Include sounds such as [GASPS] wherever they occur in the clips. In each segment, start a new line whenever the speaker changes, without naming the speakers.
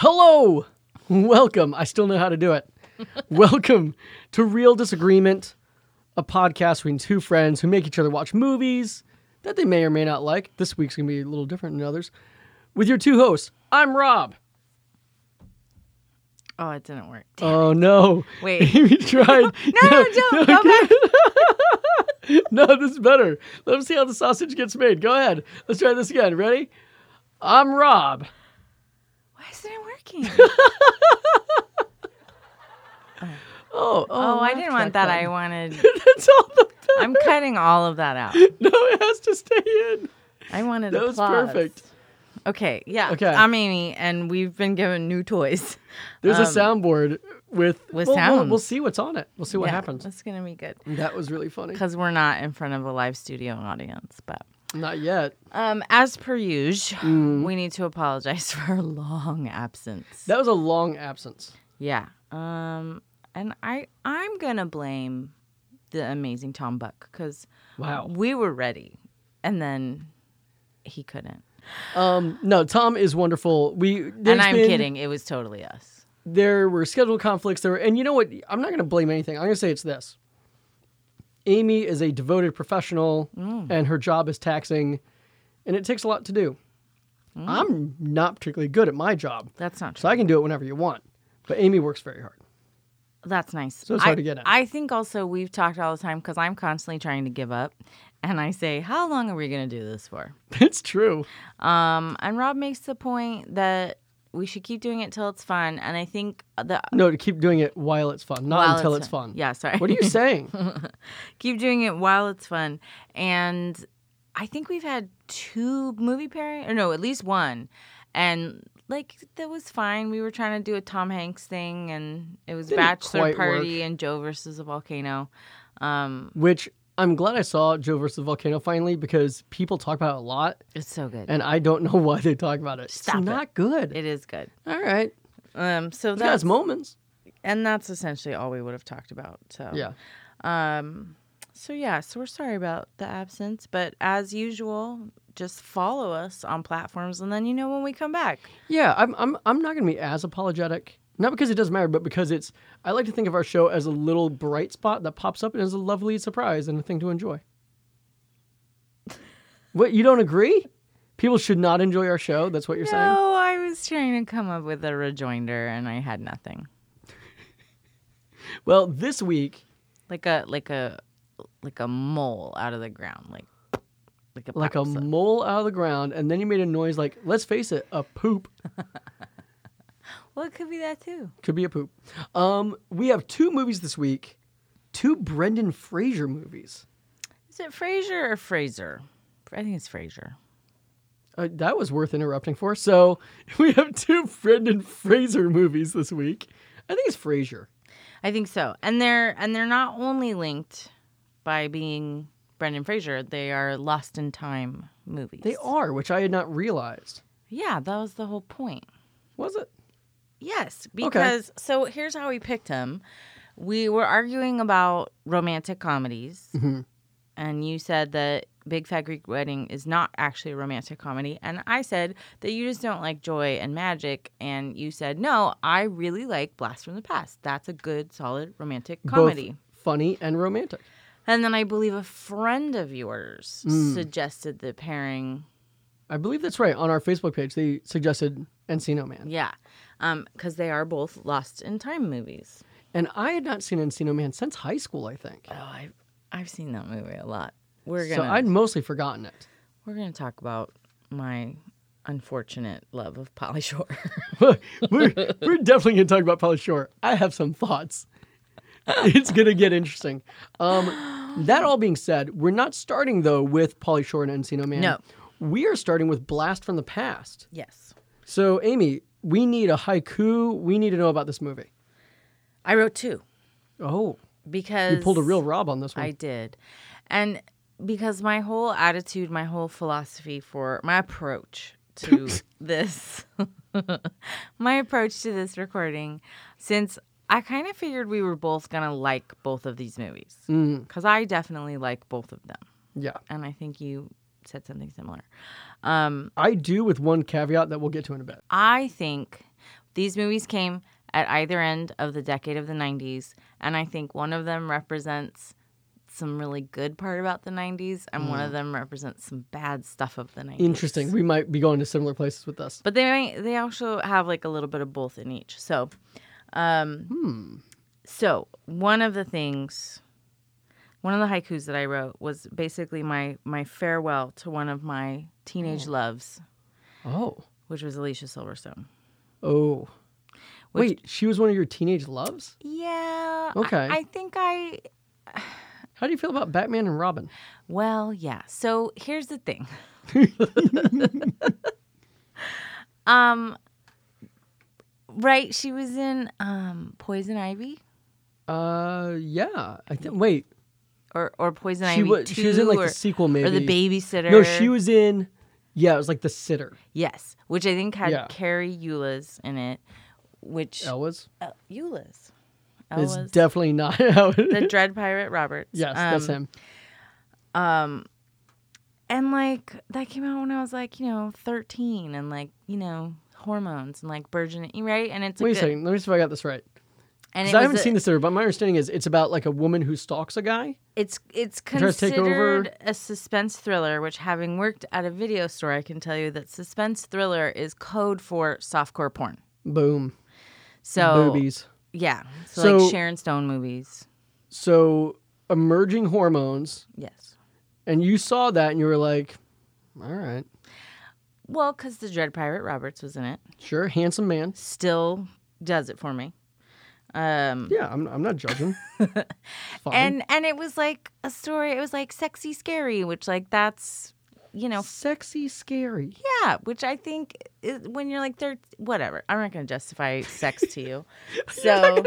Hello! Welcome. I still know how to do
[LAUGHS]
it. Welcome to Real Disagreement, a podcast between two friends who make each other watch movies that they may or may not like. This week's going to be a little different than others. With your two hosts, I'm
[LAUGHS]
Rob.
Oh, it didn't work.
Oh, no. [LAUGHS]
Wait. no,
Amy tried.
[LAUGHS] no,
[LAUGHS]
don't. Go back.
No, this is better. Let us see how the sausage gets made. Go ahead. Let's try this again. Ready? I'm Rob.
Why
[LAUGHS]
isn't it working?
Oh, oh,
Oh, I didn't
laugh track
want that. I
button.
wanted.
[LAUGHS] That's all the
I'm cutting all of that
[LAUGHS]
out.
No, it has to stay in.
I
[LAUGHS]
wanted
That was
applause.
perfect.
Okay, yeah.
Okay.
I'm Amy, and we've been given new toys.
There's a
Um,
soundboard with well,
with
We'll,
sounds.
we'll see what's on it. We'll see [LAUGHS] what
Yeah,
happens.
That's gonna be good
That was really funny.
because we're not in front of a live studio audience. But
Not yet.
um, as per usual,
Mm.
we need to apologize [LAUGHS] for our long absence.
That was a long absence.
Yeah. Um, and I I'm gonna blame the amazing Tom Buck because
Wow.
we were ready, and then he couldn't.
Um, no, Tom is wonderful. We there's
and I'm
been-
kidding. It was totally us.
There were schedule conflicts. There were, and you know what? I'm not going to blame anything. I'm going to say it's this. Amy is a devoted professional,
Mm.
and her job is taxing, and it takes a lot to do.
Mm.
I'm not particularly good at my job,
That's not true.
so I can do it whenever you want. But Amy works very hard. [LAUGHS]
That's nice.
So it's
I,
hard to get at.
I think also we've talked all the time because I'm constantly trying to give up, and I say, "How long are we gonna do this for?"
It's true.
Um, and Rob makes the point that we should keep doing it till it's fun, and I think the
No, to keep doing it while it's fun, not
while
until it's, fun.
Yeah, sorry. [LAUGHS]
What are you saying?
keep doing it while it's fun. And I think we've had two movie pairing, or no, at least one. And like that was fine. We were trying to do a Tom Hanks thing, and it was
Didn't
bachelor
quite
party and Joe versus a volcano. Um,
Which I'm glad I saw Joe versus the volcano finally because people talk about it a lot,
it's so good.
and I don't know [LAUGHS] why they talk about it.
Stop it.
it's not good.
it is good.
All right,
Um, so
it has
that's
moments.
and that's essentially all we would have talked about. So
Yeah,
Um, so yeah, so we're sorry about the absence, but as usual, just follow us on platforms, and then you know when we come back.
yeah. I'm I'm I'm not gonna be as apologetic. Not because it doesn't matter, but because it's. I like to think of our show as a little bright spot that pops up and is a lovely surprise and a thing to
[LAUGHS]
enjoy. what you don't agree? People should not enjoy our show. That's what you're saying.
No, I was trying to come up with a rejoinder and I had nothing.
Well, this week,
Like a like a like a mole out of the ground, like like a
like a
pops up.
mole out of the ground, and then you made a noise like, let's face it, a poop
Well, it could be that too.
could be a poop. Um, we have two movies this week, two Brendan Fraser movies.
Is it Fraser or Fraser? I think it's Fraser.
Uh, that was worth interrupting for. So [LAUGHS] we have two Brendan Fraser movies this week. I think it's Fraser.
I think so. And they're and they're not only linked by being Brendan Fraser, they are lost in time movies.
They are, which I had not realized.
Yeah, that was the whole point.
Was it?
Yes, because so here's how we picked him. We were arguing about romantic comedies,
Mhm.
and you said that Big Fat Greek Wedding is not actually a romantic comedy, and I said that you just don't like joy and magic, and you said no, I really like Blast from the Past. That's a good, solid romantic comedy.
Both funny and romantic.
And then I believe a friend of yours
Mm.
suggested the pairing
I believe that's right. On our Facebook page, they suggested Encino Man.
Yeah, because they are both Lost in Time movies.
And I had not seen Encino Man since high school, I think.
Oh, I've I've seen that movie a lot. We're
So
gonna
I'd mostly forgotten it.
we're gonna talk about my unfortunate love of Polly Shore. [LAUGHS]
we're, we're definitely going to talk about Polly Shore. I have some thoughts. It's going to get interesting. Um, that all being said, we're not starting though with Polly Shore and Encino Man.
No.
we are starting with Blast from the Past.
yes,
So, Amy, we need a haiku. We need to know about this movie.
I wrote two
Oh,
because
you pulled a real Rob on this one.
I did, and because my whole attitude, my whole philosophy for my approach
[LAUGHS]
to this, [LAUGHS] my approach to this recording, since I kind of figured we were both gonna like both of these movies
Mm,
because I definitely like both of them.
yeah,
and I think you said something similar. Um,
I do with one caveat that we'll get to in a bit.
I think These movies came at either end of the decade of the 90s, and I think one of them represents some really good part about the 90s, and one of them represents some bad stuff of the 90s.
Interesting. We might be going to similar places with this.
But they might, they also have like a little bit of both in each. So, um,
Hmm.
so one of the things, one of the haikus that I wrote was basically my my farewell to one of my teenage loves,
Oh.
which was Alicia Silverstone.
Oh.
Which-
Wait, she was one of your teenage loves?
Yeah. I-
Okay.
I think I
How do you feel about Batman and Robin?
Well, yeah. So here's the
[LAUGHS]
thing. [LAUGHS] um, right. She was in um, Poison Ivy
Uh, yeah. I think. Wait,
or or Poison
she
Ivy
was.
two,
She was in like
or,
the sequel, maybe.
or the babysitter.
No, she was in. Yeah, it was like the sitter.
Yes, which I think had
Yeah.
Carrie Eulis in it. Which
Elwes
uh, Eulis?
is
Elwes.
definitely not [LAUGHS] how it
the Dread Pirate Roberts.
Yes, that's
um,
him.
and like that came out when I was like, you know, thirteen, and like you know, hormones and like burgeoning, right? And it's
Wait a
good,
second. Let me see if I got this right.
And it
Because I
was
haven't
a-
seen the sitter, but my understanding is it's about like a woman who stalks a guy.
It's it's
tries to take over-
considered a suspense thriller, which having worked at a video store, I can tell you that suspense thriller is code for softcore porn.
Boom.
So
Boobies.
yeah, so,
So-
like Sharon Stone movies.
So emerging hormones,
Yes.
and you saw that, and you were like, "All right,
Well, because the Dread Pirate Roberts was in it,
sure, handsome man."
still does it for me. Um,
Yeah, I'm. I'm not
[LAUGHS]
judging. Fine.
and and it was like a story. It was like sexy, scary, which like that's you know
sexy, scary.
Yeah, which I think is, when you're like thirteen, whatever. I'm not going to justify sex to
[LAUGHS]
you. So,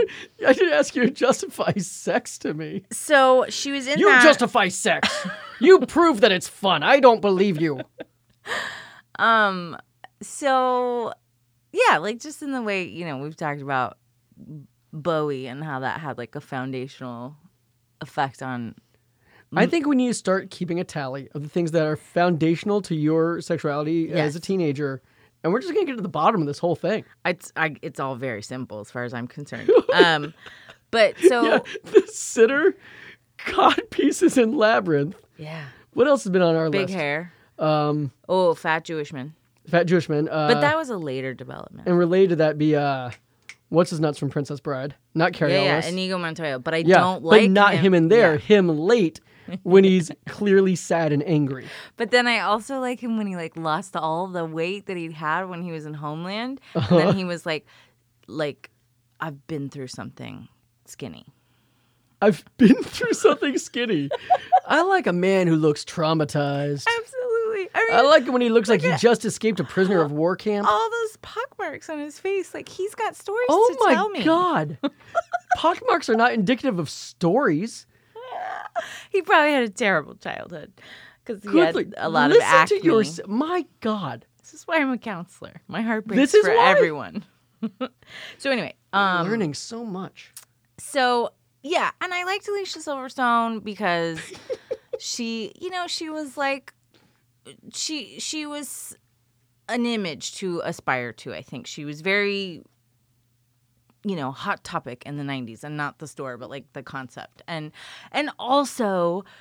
I didn't ask you to justify sex to me.
so she was in
You
that.
justify sex. [LAUGHS] you prove that it's fun. I don't believe you.
um, so yeah, like just in the way you know we've talked about Bowie and how that had like a foundational effect on.
I think we need to start keeping a tally of the things that are foundational to your sexuality as a
Yes.
teenager, and we're just gonna get to the bottom of this whole thing.
It's I, it's all very simple as far as I'm
[LAUGHS]
concerned. Um, but so
Yeah, [LAUGHS] the sitter, cod pieces, and labyrinth.
yeah,
What else has been on our
big
list?
hair.
Um,
Oh, fat Jewish man.
fat Jewish man. Uh,
But that was a later development.
and related to that be uh, what's his nuts from Princess Bride? Not Carrie
Yeah, yeah,
Elwes.
Inigo Montoya. But I
Yeah,
don't
but
like
not him, in there.
Yeah.
Him
[LAUGHS]
late when he's clearly sad and angry.
But then I also like him when he like lost all the weight that he'd had when he was in Homeland, and
[LAUGHS]
then he was like, like, I've been through something skinny.
I've been [LAUGHS] through something skinny. I like a man who looks traumatized.
Absolutely. I mean,
I like it when he looks like he just escaped a prisoner of war camp.
all those pock marks on his face. Like he's got stories
Oh
to tell
my
me.
god.
[LAUGHS]
Pockmarks are not indicative of stories.
He probably had a terrible childhood because he
Good
had
Lord.
a lot
Listen
of acne.
to your my god.
This is why I'm a counselor. My heart breaks
is
for
why?
everyone. [LAUGHS] so anyway, um,
Learning so much.
So yeah, and I liked Alicia Silverstone because she, you know, she was like, she she was an image to aspire to. I think she was very, you know, hot topic in the '90s, and not the store, but like the concept, and and also. [SIGHS]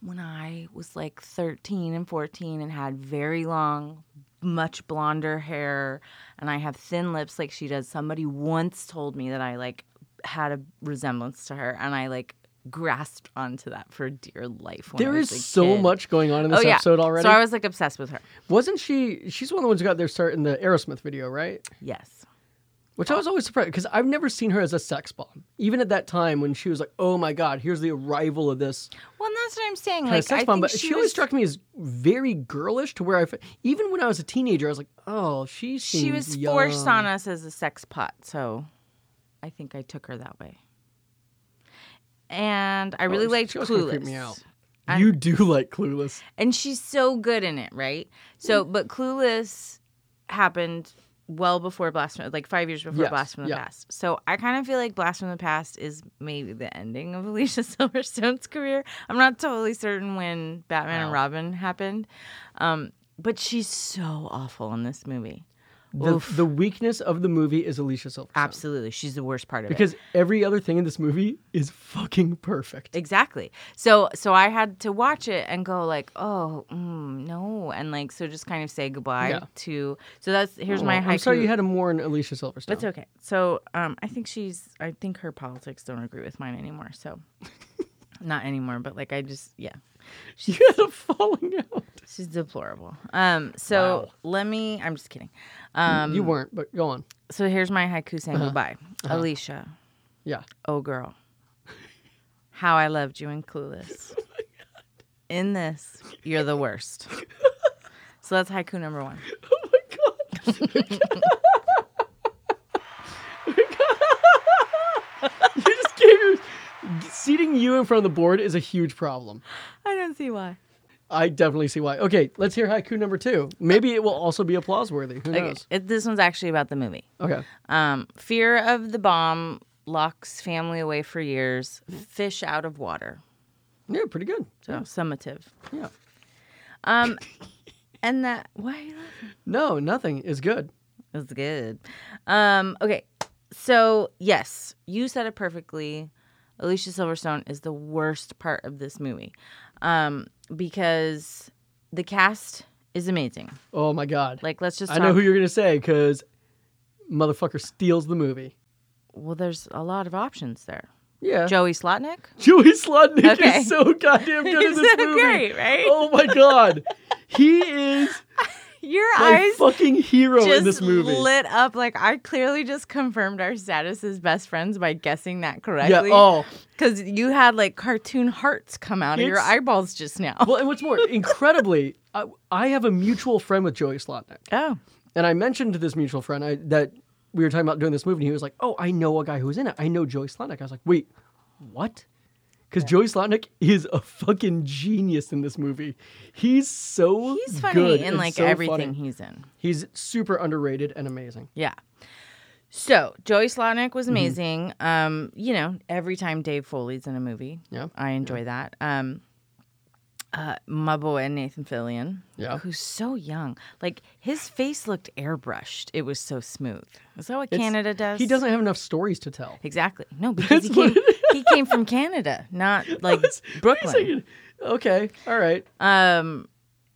When I was like 13 and 14 and had very long, much blonder hair and I have thin lips like she does. Somebody once told me that I like had a resemblance to her and I like grasped onto that for dear life. When I
There
was
is
a
so
kid.
much going on in this
oh, yeah.
episode already.
So I was like obsessed with her.
Wasn't she she's one of the ones who got their start in the Aerosmith video, right?
Yes.
Which I was always surprised because I've never seen her as a sex bomb. Even at that time when she was like, "Oh my God, here's the arrival of this
Well, and that's what I'm saying.
kind
Like,
of sex
I
bomb,"
think
but
she,
she,
was,
always struck me as very girlish. To where I, fe- even when I was a teenager, I was like, "Oh, she
She
seems
was forced
young."
on us as a sex pot. So I think I took her that way. And I really
she-
liked
she was gonna
Clueless.
creep me out. You do like Clueless.
and she's so good in it, right? So,
Mm-hmm.
but Clueless happened well before Blast from like five years before
Yes,
Blast from the
yeah.
Past. So I kind of feel like Blast from the Past is maybe the ending of [LAUGHS] Alicia Silverstone's career. I'm not totally certain when Batman and Robin happened, um, but she's so awful in this movie.
The,
Oof.
the weakness of the movie is Alicia Silverstone.
Absolutely. She's the worst part of it.
Because every other thing in this movie is fucking perfect.
Exactly. So so I had to watch it and go like, oh mm, no, and like so just kind of say goodbye
Yeah.
to. So that's here's
Oh,
my haiku.
I'm sorry you had to mourn Alicia Silverstone.
It's okay. So um, I think she's. I think her politics don't agree with mine anymore. [LAUGHS] So not anymore, but like I just yeah,
[LAUGHS] You had a falling out.
she's deplorable. Um, so
Wow.
let me. I'm just kidding. Um,
you weren't, but go on.
so here's my haiku saying goodbye, Alicia.
Yeah.
Oh, girl. How I loved you in [LAUGHS] Clueless. In this, you're the [LAUGHS] worst. So that's haiku number one.
Oh my god. [LAUGHS] you just gave your seating you in front of the board is a huge problem.
I don't see why.
I definitely see why. Okay, let's hear haiku number two. Maybe it will also be applause worthy. Who
Okay.
knows?
It, this one's actually about the movie.
Okay.
Um, fear of the bomb locks family away for years. Fish out of water.
Yeah, pretty good.
So summative.
Yeah.
Um, and that why are you laughing?
No, nothing is good.
That's good. Um, okay. So yes, you said it perfectly. Alicia Silverstone is the worst part of this movie. Um, because the cast is amazing.
Oh my god.
Like let's just
I
talk.
know who you're gonna say because motherfucker steals the movie.
well, there's a lot of options there.
[LAUGHS] Yeah.
Joey Slotnick.
Joey Slotnick
Okay.
is so goddamn
[LAUGHS]
good in
He's
this
so
movie.
great, right?
Oh my god. He is
Your
my
eyes
fucking hero
just
[LAUGHS] in this movie.
lit up. Like I clearly just confirmed our status as best friends by guessing that
yeah.
correctly.
Oh.
Because you had like cartoon hearts come out of your
It's-
eyeballs just now.
Well, and
[LAUGHS]
what's more, incredibly, I, I have a mutual friend with Joey Slotnick,
oh.
and I mentioned to this mutual friend I, that we were talking about doing this movie, and he was like, "Oh, I know a guy who's in it. I know Joey Slotnick." I was like, "Wait, what?" Because Joey Slotnick is a fucking genius in this movie. He's so
He's funny
good
in
and
like
so funny.
everything he's in.
He's super underrated and amazing.
Yeah. So Joey Slotnick
Mm-hmm.
was amazing. Um, you know, every time Dave Foley's in a movie,
Yeah.
I enjoy that. Um, uh, my boy Nathan Fillion,
Yeah.
who's so young, like his face looked airbrushed. It was so smooth. Is that what
It's-
Canada does?
He doesn't have enough stories to tell.
exactly.
[LAUGHS]
No, because he
That's what
came, he came from Canada,
[LAUGHS]
not like Brooklyn.
Okay, all right.
Um,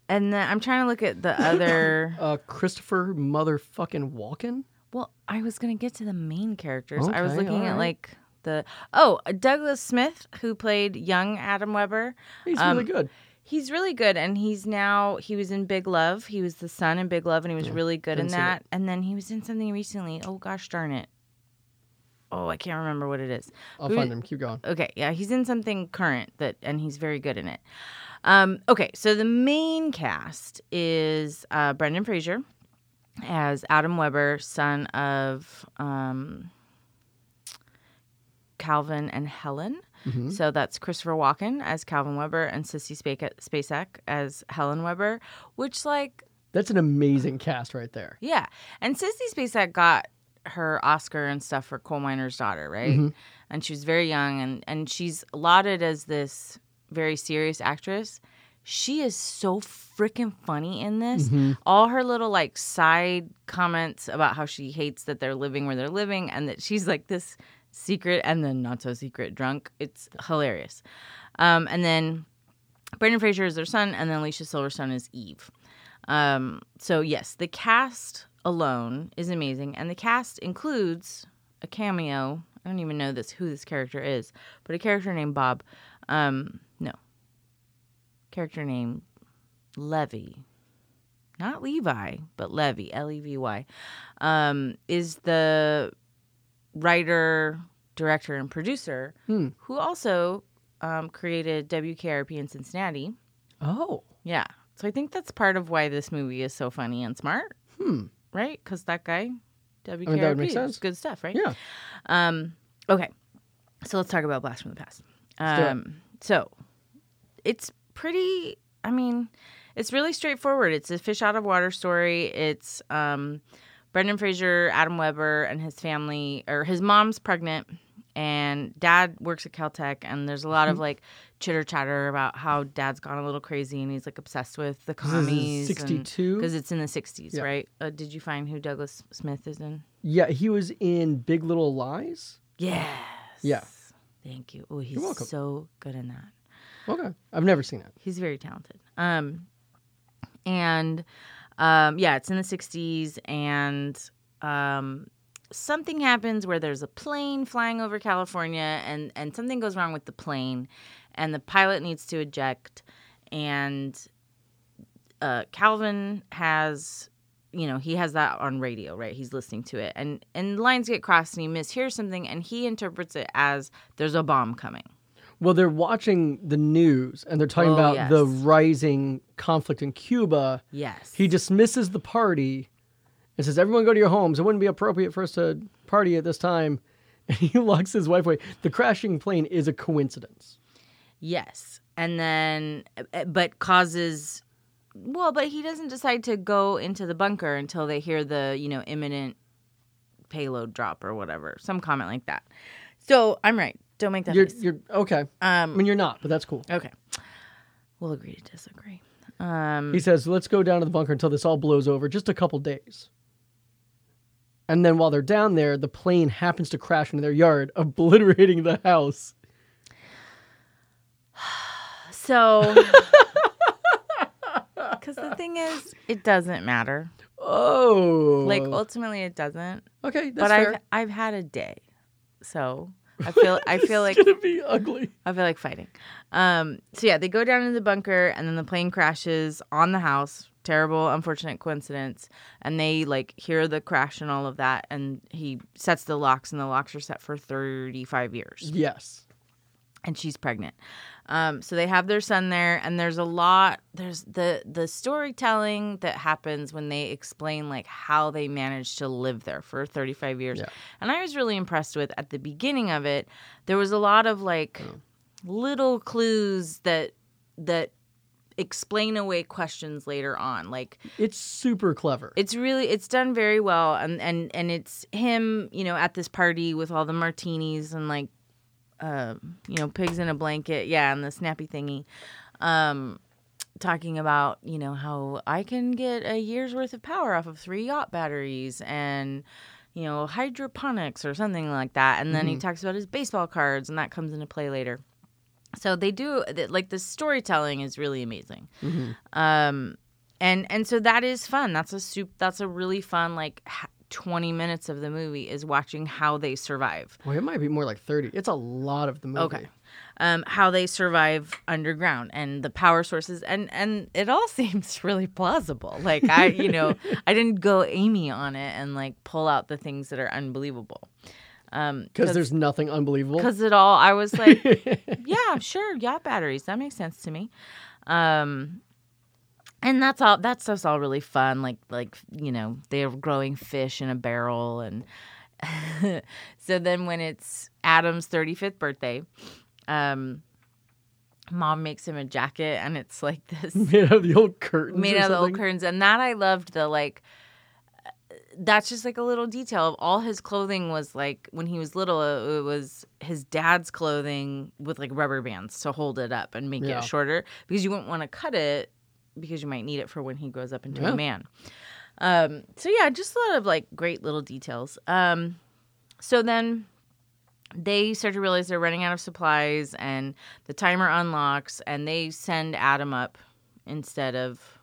and then I'm trying to look at
[COUGHS]
the other.
Uh, Christopher motherfucking Walken.
Well, I was gonna get to the main characters. I was
Okay,
looking at
alright.
like the oh Douglas Smith who played young Adam Weber.
He's
Um,
really good.
He's really good, and he's now he was in Big Love. He was the son in Big Love, and he was really good in
haven't seen
that. And then he was in something recently. Oh gosh, darn it! Oh, I can't remember what it is.
I'll
who-
find him. Keep going.
Okay, yeah, he's in something current that, and he's very good in it. Um, okay, so the main cast is uh, Brendan Fraser as Adam Weber, son of um, Calvin and Helen.
Hmm? Mm-hmm.
So that's Christopher Walken as Calvin Weber and Sissy Spacek, Spacek as Helen Weber, which like
That's an amazing cast right there.
yeah. And Sissy Spacek got her Oscar and stuff for Coal Miner's Daughter, right? And she was very young and, and she's lauded as this very serious actress. She is so freaking funny in this.
Mm-hmm.
All her little like side comments about how she hates that they're living where they're living and that she's like this secret and then not so secret drunk. It's hilarious. Um, and then Brendan Fraser is their son, and then Alicia Silverstone is Eve. Um, so yes, the cast alone is amazing, and the cast includes a cameo. I don't even know this who this character is, but a character named Bob. Um, no, character named Levy, not Levi, but Levy, L E V Y, um, is the writer, director, and producer
Hmm.
who also um, created WKRP in Cincinnati.
Oh,
Yeah. So I think that's part of why this movie is so funny and smart,
hmm.
right? Because that guy, WKRP,
would make
is
sense.
good stuff, right?
Yeah.
Um, okay. So let's talk about Blast from the Past.
Let's do it.
Um, so it's pretty, I mean, it's really straightforward. It's a fish out of water story. It's um, Brendan Fraser, Adam Weber, and
[LAUGHS]
his family, or his mom's pregnant, and dad works at Caltech, and there's a lot of like chitter chatter about how dad's gone a little crazy and he's like obsessed with the
This
commies.
is 62.
Because it's in the 60s,
Yeah.
right? Uh, did you find who Douglas Smith is in?
Yeah, he was in Big Little Lies.
Yes.
Yeah.
Thank you. Oh, he's
welcome.
so good in that.
Okay, I've never seen it.
He's very talented. Um, and um, yeah, it's in the '60s, and um, something happens where there's a plane flying over California, and and something goes wrong with the plane, and the pilot needs to eject, and uh, Calvin has. You know, he has that on radio, right? He's listening to it, and and lines get crossed, and he mishears something, and he interprets it as "there's a bomb coming."
Well, they're watching the news and they're talking
Oh,
about the
yes.
rising conflict in Cuba.
Yes,
He dismisses the party and says, Everyone go to your homes. It wouldn't be appropriate for us to party at this time. [LAUGHS] And he locks his wife away. The crashing plane is a coincidence.
Yes. And then, uh, but causes, well, but he doesn't decide to go into the bunker until they hear the, you know, imminent payload drop or whatever, some comment like that. So I'm right. Don't make that
You're,
face.
you're okay. I
Um,
mean, you're not, but that's cool.
okay. We'll agree to disagree. Um,
He says, Let's go down to the bunker until this all blows over, just a couple days. And then while they're down there, the plane happens to crash into their yard, [LAUGHS] obliterating the house.
so, [LAUGHS] because the thing is, it doesn't matter.
Oh.
Like, ultimately, it doesn't.
okay, that's
But
fair.
I've, I've had a day. So I feel, I feel like
[LAUGHS] it's going to be ugly.
I feel like fighting. Um, so yeah, they go down into the bunker, and then the plane crashes on the house. Terrible, unfortunate coincidence. And they like hear the crash and all of that, and he sets the locks, and the locks are set for thirty-five years,
Yes.
and she's pregnant. Um, so they have their son there, and there's a lot. There's the the storytelling that happens when they explain like how they managed to live there for thirty-five years.
Yeah.
And I was really impressed with at the beginning of it. There was a lot of like little clues that that explain away questions later on like
It's super clever.
it's really it's done very well and and and it's him you know at this party with all the martinis and like uh you know pigs in a blanket yeah and the snappy thingy um talking about you know how i can get a year's worth of power off of three yacht batteries and you know hydroponics or something like that and then he talks about his baseball cards and that comes into play later so they do th- like the storytelling is really amazing
Mm-hmm.
um and and so that is fun that's a soup that's a really fun like h- 20 minutes of the movie is watching how they survive
Boy, it might be more like 30. It's a lot of the movie.
okay um how they survive underground and the power sources and and it all [LAUGHS] seems really plausible like i you know i didn't go amy on it and like pull out the things that are unbelievable um
Because there's nothing unbelievable.
because it all i was like yeah sure yacht batteries that makes sense to me um and that's all that stuff's all really fun like like you know they're growing fish in a barrel and [LAUGHS] so then when it's adam's 35th birthday um mom makes him a jacket and it's like
[LAUGHS] [LAUGHS]
this
made out of the old curtains.
made
or
out of the old
something.
curtains and that i loved the like uh, that's just like a little detail of all his clothing was like when he was little it was his dad's clothing with like rubber bands to hold it up and make
Yeah.
it shorter because you wouldn't want to cut it because you might need it for when he grows up into
Yeah.
a man um so yeah just a lot of like great little details um so then they start to realize they're running out of supplies and the timer unlocks and they send adam up instead of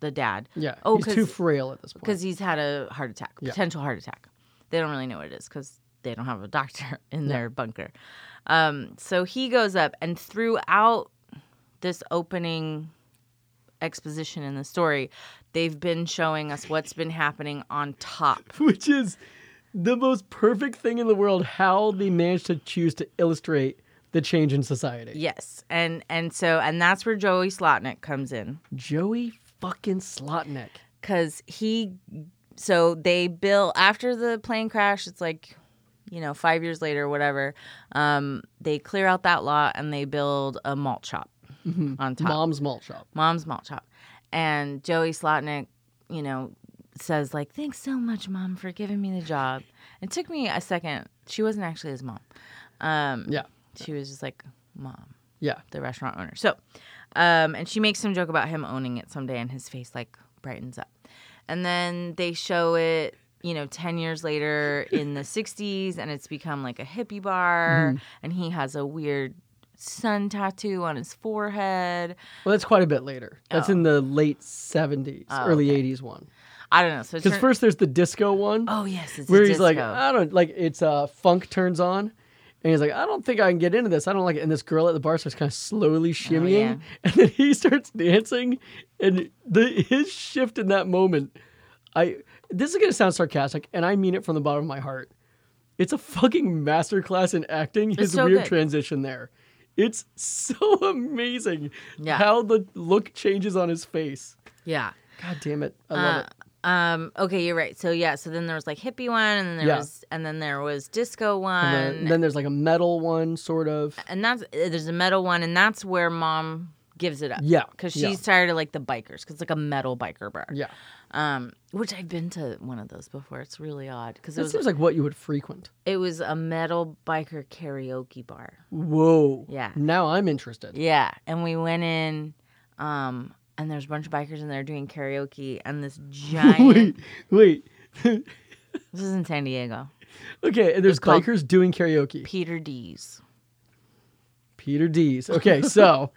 the dad
Yeah.
Oh,
he's too
'cause-
frail at this point.
because he's had a heart attack
Yeah.
potential heart attack they don't really know what it is because they don't have a doctor [LAUGHS] in their bunker um, so he goes up and throughout this opening exposition in the story they've been showing us what's been happening on top
[LAUGHS] Which is the most perfect thing in the world how they managed to choose to illustrate the change in society.
Yes, and and so and that's where Joey Slotnick comes in
Joey fucking Slotnick.
because he, so they bill after the plane crash. It's like, you know, five years later, whatever. Um, they clear out that lot and they build a malt shop on top.
Mom's malt shop.
Mom's malt shop, and Joey Slotnick, you know, says like, "Thanks so much, mom, for giving me the job." It took me a second. She wasn't actually his mom. Um,
Yeah.
she was just like, "Mom."
Yeah.
the restaurant owner. So, um, and she makes some joke about him owning it someday, and his face like brightens up. And then they show it, you know, 10 years later in the 60s, and it's become like a hippie bar,
Mm-hmm.
and he has a weird sun tattoo on his forehead.
Well, that's quite a bit later. That's in the late 70s, early 80s one.
I don't know. So, it's
Because first there's the disco one
oh, yes, it's a
where he's like,
disco.
I don't like it's uh funk turns on. And he's like, I don't think I can get into this. I don't like it. And this girl at the bar starts kind of slowly shimmying.
Oh, yeah.
[LAUGHS] And then he starts dancing. And the his shift in that moment, I this is gonna sound sarcastic, and I mean it from the bottom of my heart. It's a fucking masterclass in acting, his
so
weird
good.
transition there. It's so [LAUGHS] amazing
Yeah.
how the look changes on his face.
yeah.
God damn it. "Ah." I love it.
Um, okay, you're right. So yeah, so then there was like hippie one, and then there
Yeah.
was and then there was disco one,
And then- then there's like a metal one, sort of.
and that's uh, there's a metal one, and that's where mom gives it up.
Yeah,
because she's
yeah.
tired of like the bikers, because it's like a metal biker bar.
Yeah.
Um, which I've been to one of those before. It's really odd because it
That
was
seems like what you would frequent.
it was a metal biker karaoke bar.
Whoa.
Yeah.
Now I'm interested.
Yeah, and we went in, um, and there's a bunch of bikers in there doing karaoke, and
[LAUGHS]
this giant.
Wait, wait.
this is in San Diego.
Okay, and there's
It's called-
bikers doing karaoke.
Peter D's.
Peter D's. [LAUGHS] Okay, so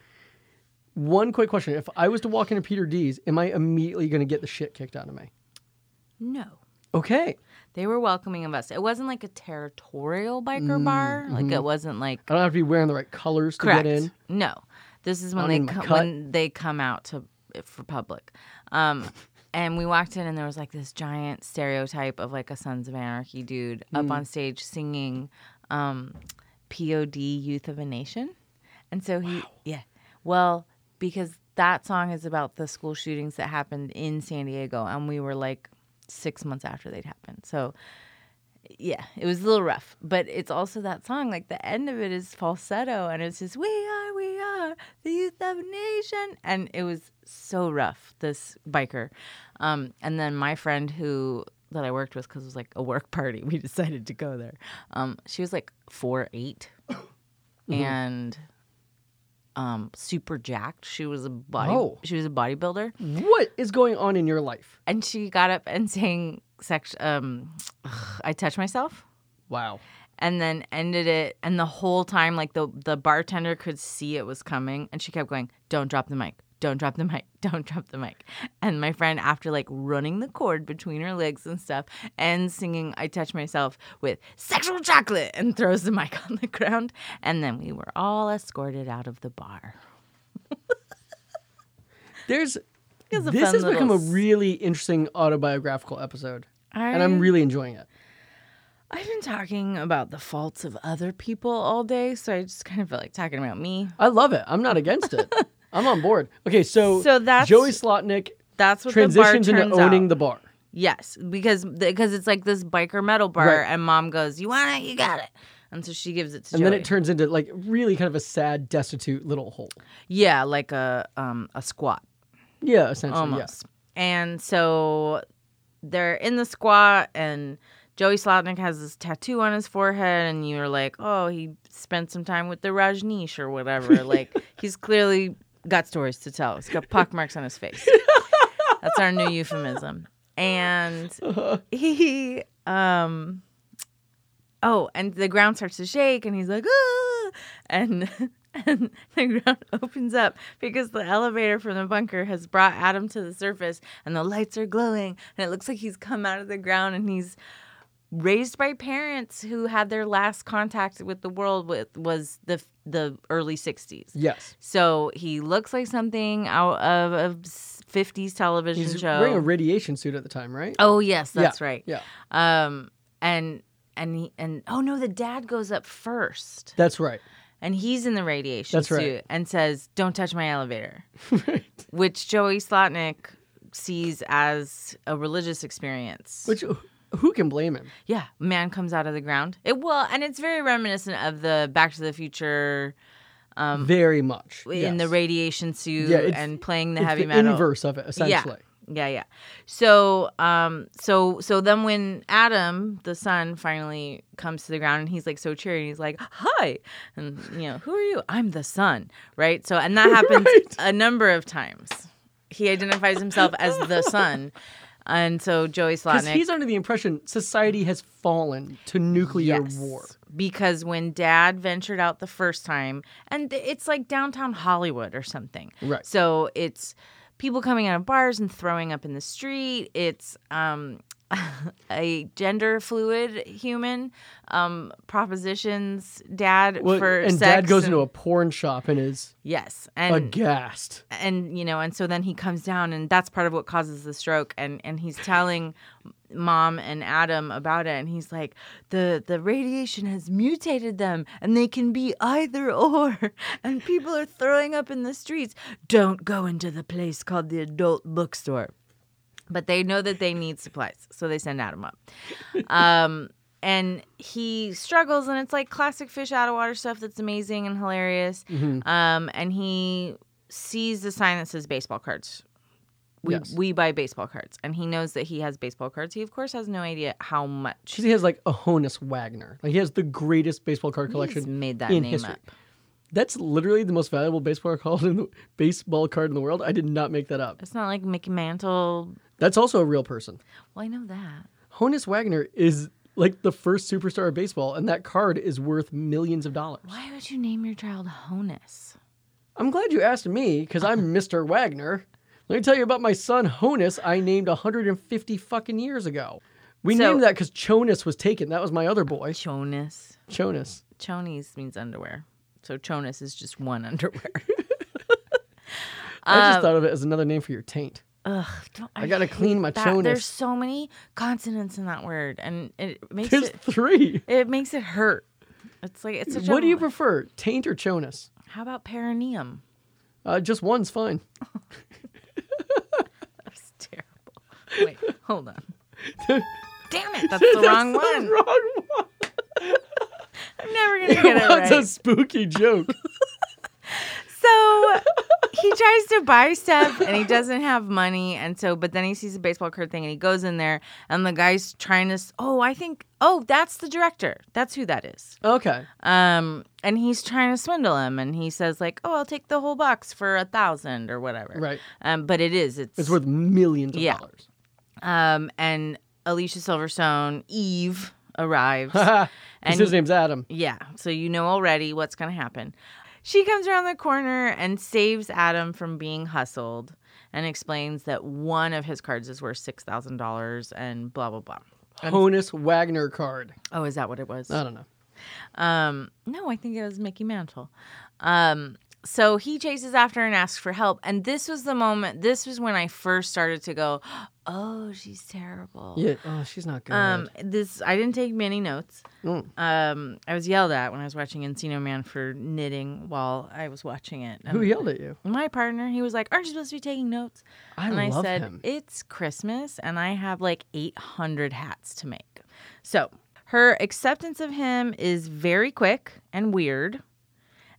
one quick question. If I was to walk into Peter D's, am I immediately going to get the shit kicked out of me?
No.
Okay.
They were welcoming of us. It wasn't like a territorial
Mm-hmm,
biker bar. Like it wasn't like
I don't have to be wearing the right colors to
correct.
get in.
No, this is when
Not
they
even a
co-
cut?
when they come out to for public.
[LAUGHS]
Um, and we walked in and there was like this giant stereotype of like a Sons of Anarchy dude
Mm.
up on stage singing um, "POD Youth of a Nation," and so he yeah. Well, because that song is about the school shootings that happened in San Diego, and we were like six months after they'd happened. So yeah, it was a little rough, but it's also that song. Like the end of it is falsetto, and it's just "We are, we are the youth of a nation," and it was so rough. This biker, um, and then my friend who that I worked with because it was like a work [LAUGHS] party. We decided to go there. Um, she was like four eight, and um, super jacked. She was a body.
Oh.
She was a bodybuilder
What is going on in your life?
and she got up and sang section um i touch myself
Wow.
and then ended it and the whole time like the the bartender could see it was coming and she kept going don't drop the mic don't drop the mic [LAUGHS] don't drop the mic and my friend after like running the cord between her legs and stuff and singing i touch myself with sexual chocolate and throws the mic [LAUGHS] on the ground and then we were all escorted out of the bar
There's.
It's a
This
fun
has
little
become a
s-
really interesting autobiographical episode, and I'm
I-
really enjoying it.
I've been talking about the faults of other people all day, so I just kind of feel like talking about me.
I love it. I'm not against
[LAUGHS]
it. I'm on board. Okay, so
So that's-
Joey Slotnick
That's what
transitions
the bar
into
turns
owning
out.
the bar.
yes, because because it's like this biker metal bar,
Right.
and mom goes, "You want it? You got it." And so she gives it to
And
Joey.
then it turns into like really kind of a sad, destitute little hole.
yeah, like a um a squat
Yeah, essentially.
almost. And so they're in the squat, and Joey Slotnick has this tattoo on his forehead, and you're like, oh, he spent some time with the Rajneesh
[LAUGHS]
or whatever. like he's clearly got stories to tell. He's got pock marks on
[LAUGHS]
his face. That's our new euphemism. And he um oh and the ground starts to shake and he's like ah! and [LAUGHS] and the ground [LAUGHS] opens up because the elevator from the bunker has brought adam to the surface and the lights are glowing and it looks like he's come out of the ground and he's raised by parents who had their last contact with the world with was the the early 60s
Yeah. [LAUGHS] Yes.
so he looks like something out of a 50s television
He's
show
wearing a radiation suit at the time, right?
oh yes that's
Yeah,
right
Yeah.
um, and and he, and oh no, the dad goes up first,
That's right. [LAUGHS]
and he's in the radiation
That's
suit
right.
and says, "Don't touch my elevator,"
right.
which Joey Slotnick sees as a religious experience.
Which who can blame him?
yeah, man comes out of the ground. It will, and it's very reminiscent of the Back to the Future
Very much.
in the
yes.
radiation suit
Yeah, it's-
and playing the
It's
heavy
the
metal.
inverse of it, essentially.
Yeah, Yeah, yeah. So, um, so, so then when Adam, the son, finally comes to the ground and he's like so cheery and he's like, "Hi," and you know, who are you? I'm the son, right? So,
[LAUGHS]
and that happens
Right.
a number of times. He identifies himself as the son, and so
[LAUGHS]
Joey
Because
Slotnick.
he's under the impression society has fallen to nuclear
Yes.
war.
Because when dad ventured out the first time, and th- it's like downtown Hollywood or something.
Right.
So it's people coming out of bars and throwing up in the street. It's um, [LAUGHS] a gender fluid human um, propositions dad
Well,
for
and
sex.
dad goes
and-
into a porn shop and is
Yes. And
aghast.
and you know and so then he comes down and that's part of what causes the stroke and and he's telling mom and adam about it and he's like the the radiation has mutated them and they can be either or [LAUGHS] and people are throwing up in the streets don't go into the place called the adult bookstore but they know that they need supplies so they send adam up um and he struggles and it's like classic fish out of water stuff that's amazing and hilarious
Mm-hmm.
um and he sees the sign that says baseball cards we,
Yes.
we buy baseball cards and he knows that he has baseball cards he of course has no idea how much
Because he has like a Honus Wagner. Like he has the greatest baseball card
he's
collection
made that
in
name
history.
up
That's literally the most valuable baseball card in the baseball card in the world. I did not make that up.
it's not like mickey mantle
That's also a real person.
well i know that
Honus Wagner is like the first superstar of baseball, and that card is worth millions of dollars.
why would you name your child honus
I'm glad you asked me because
[LAUGHS]
I'm Mr. Wagner. Let me tell you about my son Honus. I named 150 fucking years ago. We
So-
named that because Chonus was taken. That was my other boy,
chonus
Chonus.
chonies means underwear so chonus is just one [LAUGHS] underwear
I
Um,
just thought of it as another name for your taint.
Ugh, don't,
I gotta
hate
clean my
that.
chonus.
There's so many consonants in that word, and it makes
There's
it
three.
it makes it hurt. It's like it's such a.
What do you prefer, taint or Chonus?
How
[LAUGHS]
about perineum?
Uh, just one's fine.
That's terrible. Wait,
[LAUGHS]
hold on. Damn it! [LAUGHS] That's the wrong one.
The wrong one.
I'm never gonna
[LAUGHS]
get it
That's
right.
a spooky
[LAUGHS]
joke. [LAUGHS]
So he tries to buy stuff and he doesn't have money. And so, but then he sees a baseball card thing and he goes in there and the guy's trying to, s- oh, I think, oh, that's the director. That's who that is.
okay.
Um, and he's trying to swindle him and he says, like, oh, I'll take the whole box for a thousand or whatever.
Right.
Um, but it is, it's,
It's worth millions of
Yeah.
dollars. [LAUGHS]
um, and Alicia Silverstone, Eve
[LAUGHS]
arrives.
Ha
And-
his name's Adam.
Yeah. So you know already what's going to happen. She comes around the corner and saves Adam from being hustled and explains that one of his cards is worth $6,000 and blah, blah, blah.
Honus Wagner card.
Oh, is that what it was?
I don't know.
Um, no, I think it was Mickey Mantle. Um, so he chases after and asks for help. And this was the moment, this was when I first started to go, [GASPS] oh, she's terrible.
Yeah. Oh, she's not good.
Um, this I didn't take many notes.
Mm.
Um, I was yelled at when I was watching Encino Man for knitting while I was watching it.
Who
And
yelled at you?
My partner, he was like, "Aren't you supposed to be taking notes?"
I
and I
love
said,
him.
"It's Christmas, and I have like 800 hats to make." So her acceptance of him is very quick and weird,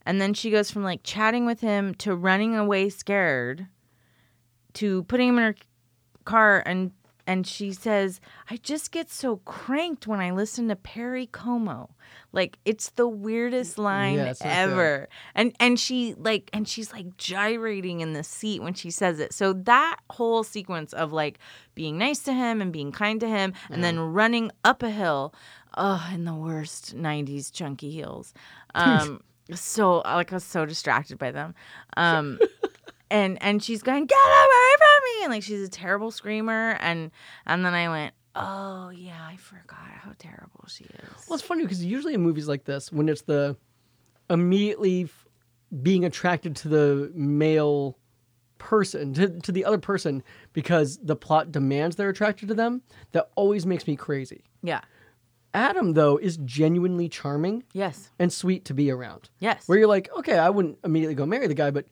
and then she goes from like chatting with him to running away scared, to putting him in her car and and she says, "I just get so cranked when I listen to Perry Como. Like it's the weirdest line
Yeah, it's not good.
ever." And and she like and she's like gyrating in the seat when she says it. So that whole sequence of like being nice to him and being kind to him and then running up a hill, oh, in the worst 90s
[LAUGHS]
chunky heels. Um so like I was so distracted by them. Um
[LAUGHS]
and and she's going get away from me and like she's a terrible screamer and and then i went oh yeah i forgot how terrible she is
Well, it's funny because usually in movies like this, when it's the immediately f- being attracted to the male person, to, to the other person, because the plot demands they're attracted to them, that always makes me crazy.
yeah
Adam, though, is genuinely charming
yes
and sweet to be around.
yes
Where you're like, okay, I wouldn't immediately go marry the guy, but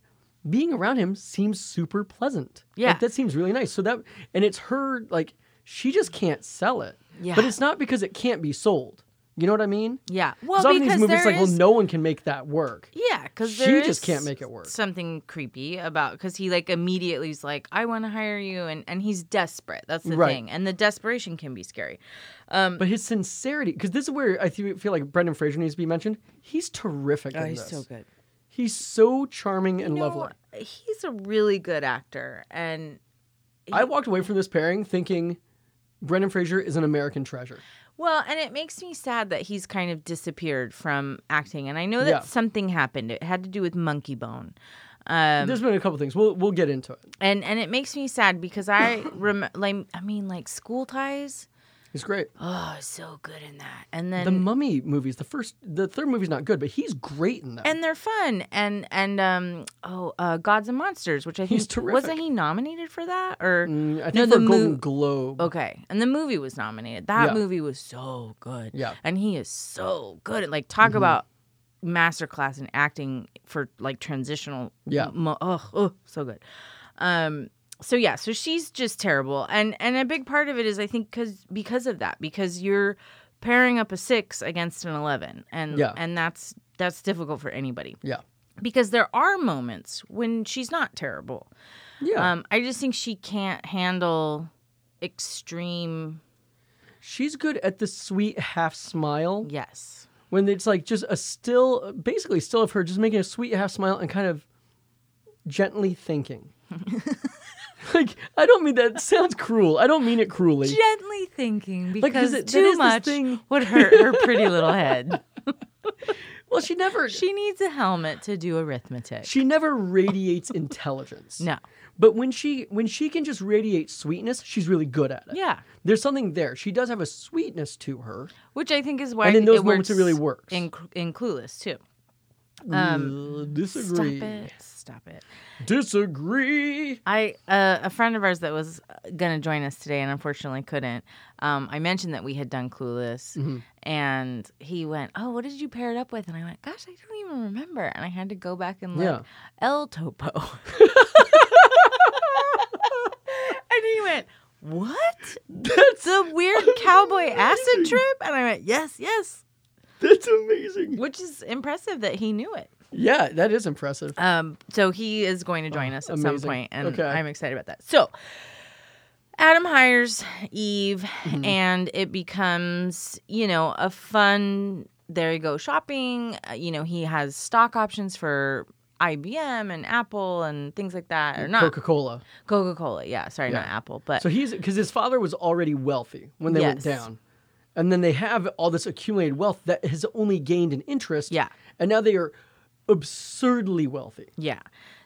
being around him seems super pleasant.
Yeah.
Like, that seems really nice. So that, and it's her, like, she just can't sell it.
Yeah.
But it's not because it can't be sold. You know what I mean?
Yeah.
'Cause
Well,
often these
because
movies,
there
it's like, well,
is-
no one can make that work.
Yeah, because
She just can't make it work.
Something creepy about because he like immediately is like, "I want to hire you," and and he's desperate. That's the
Right.
thing, and the desperation can be scary. Um,
But his sincerity, because this is where I th- feel like Brendan Fraser needs to be mentioned. He's terrific. in this.
Oh, good.
He's so charming and lovely.
He's a really good actor, and
I walked away from this pairing thinking Brendan Fraser is an American treasure.
well, and it makes me sad that he's kind of disappeared from acting. And I know that
Yeah.
something happened. It had to do with Monkey Bone. Um,
There's been a couple things. We'll we'll get into it.
and and it makes me sad
[COUGHS]
because I rem- like I mean like school ties.
He's great.
Oh, so good in that. And then
The Mummy movies, the first, the third movie's not good, but he's great in that.
and they're fun and and um oh uh gods and monsters which i think
He's terrific.
wasn't he nominated for that or
Mm, I
no,
think
the
for a Golden
mo- Oh.
Globe.
okay and the movie was nominated that
Yeah.
movie was so good
Yeah. Mm-hmm.
and he is so good at like talk about masterclass in acting for like transitional
Yeah.
mo- oh, oh so good um so yeah so she's just terrible and and a big part of it is i think because because of that because you're pairing up a six against an 11 and
Yeah.
and that's that's difficult for anybody
Yeah.
because there are moments when she's not terrible.
Yeah.
Um, I just think she can't handle extreme.
She's good at the sweet half smile
Yes.
when it's like just a still, basically still of her just making a sweet half smile and kind of gently
[LAUGHS]
thinking. like, I don't mean that. sounds cruel. I don't mean it cruelly.
Gently thinking
Like, 'cause
because
it- that is
too
this
much
thing-
would hurt [LAUGHS] her pretty little head.
well, she never, she,
She needs a helmet to do arithmetic.
never radiates intelligence.
No.
But when she when she can just radiate sweetness, she's really good at it.
Yeah.
There's something there. She does have a sweetness to her.
Which I think is why
And in those
it
moments,
works
it really works.
In, in Clueless, too.
Um,
Stop
disagree.
it. Stop it.
Disagree. [LAUGHS]
I uh, a friend of ours that was going to join us today and unfortunately couldn't. Um, I mentioned that we had done Clueless, and he went, "Oh, what did you pair it up with?" And I went, "Gosh, I don't even remember." And I had to go back and look.
Yeah.
El Topo. and he went, "What?
That's
The weird cowboy acid trip?" And I went, "Yes, yes,"
that's amazing.
which is impressive that he knew it.
Yeah, that is impressive.
Um, so he is going to join us at
Oh, amazing.
some point, and
Okay.
I'm excited about that. So Adam hires Eve,
Mm-hmm.
and it becomes, you know, a fun. There you go shopping. Uh, you know, he has stock options for IBM and Apple and things like that, or not
Coca Cola.
Coca Cola. Yeah, sorry, not Apple, but
So he's because his father was already wealthy when they went
Yes.
down, and then they have all this accumulated wealth that has only gained in interest.
Yeah.
and now they are absurdly wealthy.
Yeah.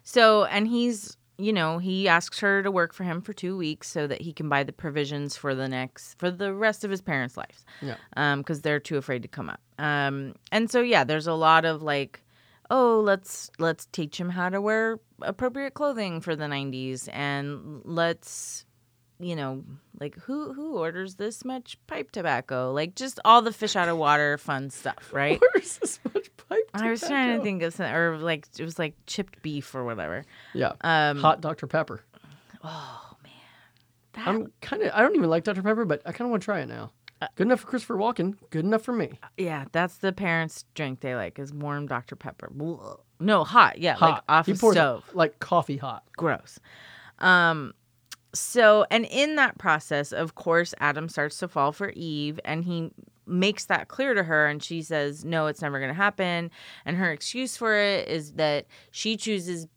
So, and he's, you know, he asks her to work for him for two weeks so that he can buy the provisions for the next, for the rest of his parents' lives.
Yeah.
Because they're too afraid to come up. Um, and so, yeah, there's a lot of like, oh, let's let's teach him how to wear appropriate clothing for the '90s, and let's, you know, like who who orders this much pipe tobacco? Like just all the fish out of water fun stuff, right?
[LAUGHS] Where's this much pipe?
I was trying
tobacco?
to think of something, or like it was like chipped beef or whatever.
Yeah,
Um,
hot Dr Pepper.
That,
I'm kind of. I don't even like Dr Pepper, but I kind of want to try it now.
Uh,
Good enough for Christopher Walken. Good enough for me.
yeah, that's the parents' drink they like is warm Dr. Pepper. Blah. No, hot. Yeah, like
Hot.
off
he
a
pours it
stove.
like coffee hot.
Gross. Um, so, and in that process, of course, Adam starts to fall for Eve and he makes that clear to her. And she says, no, it's never going to happen. And her excuse for it is that she chooses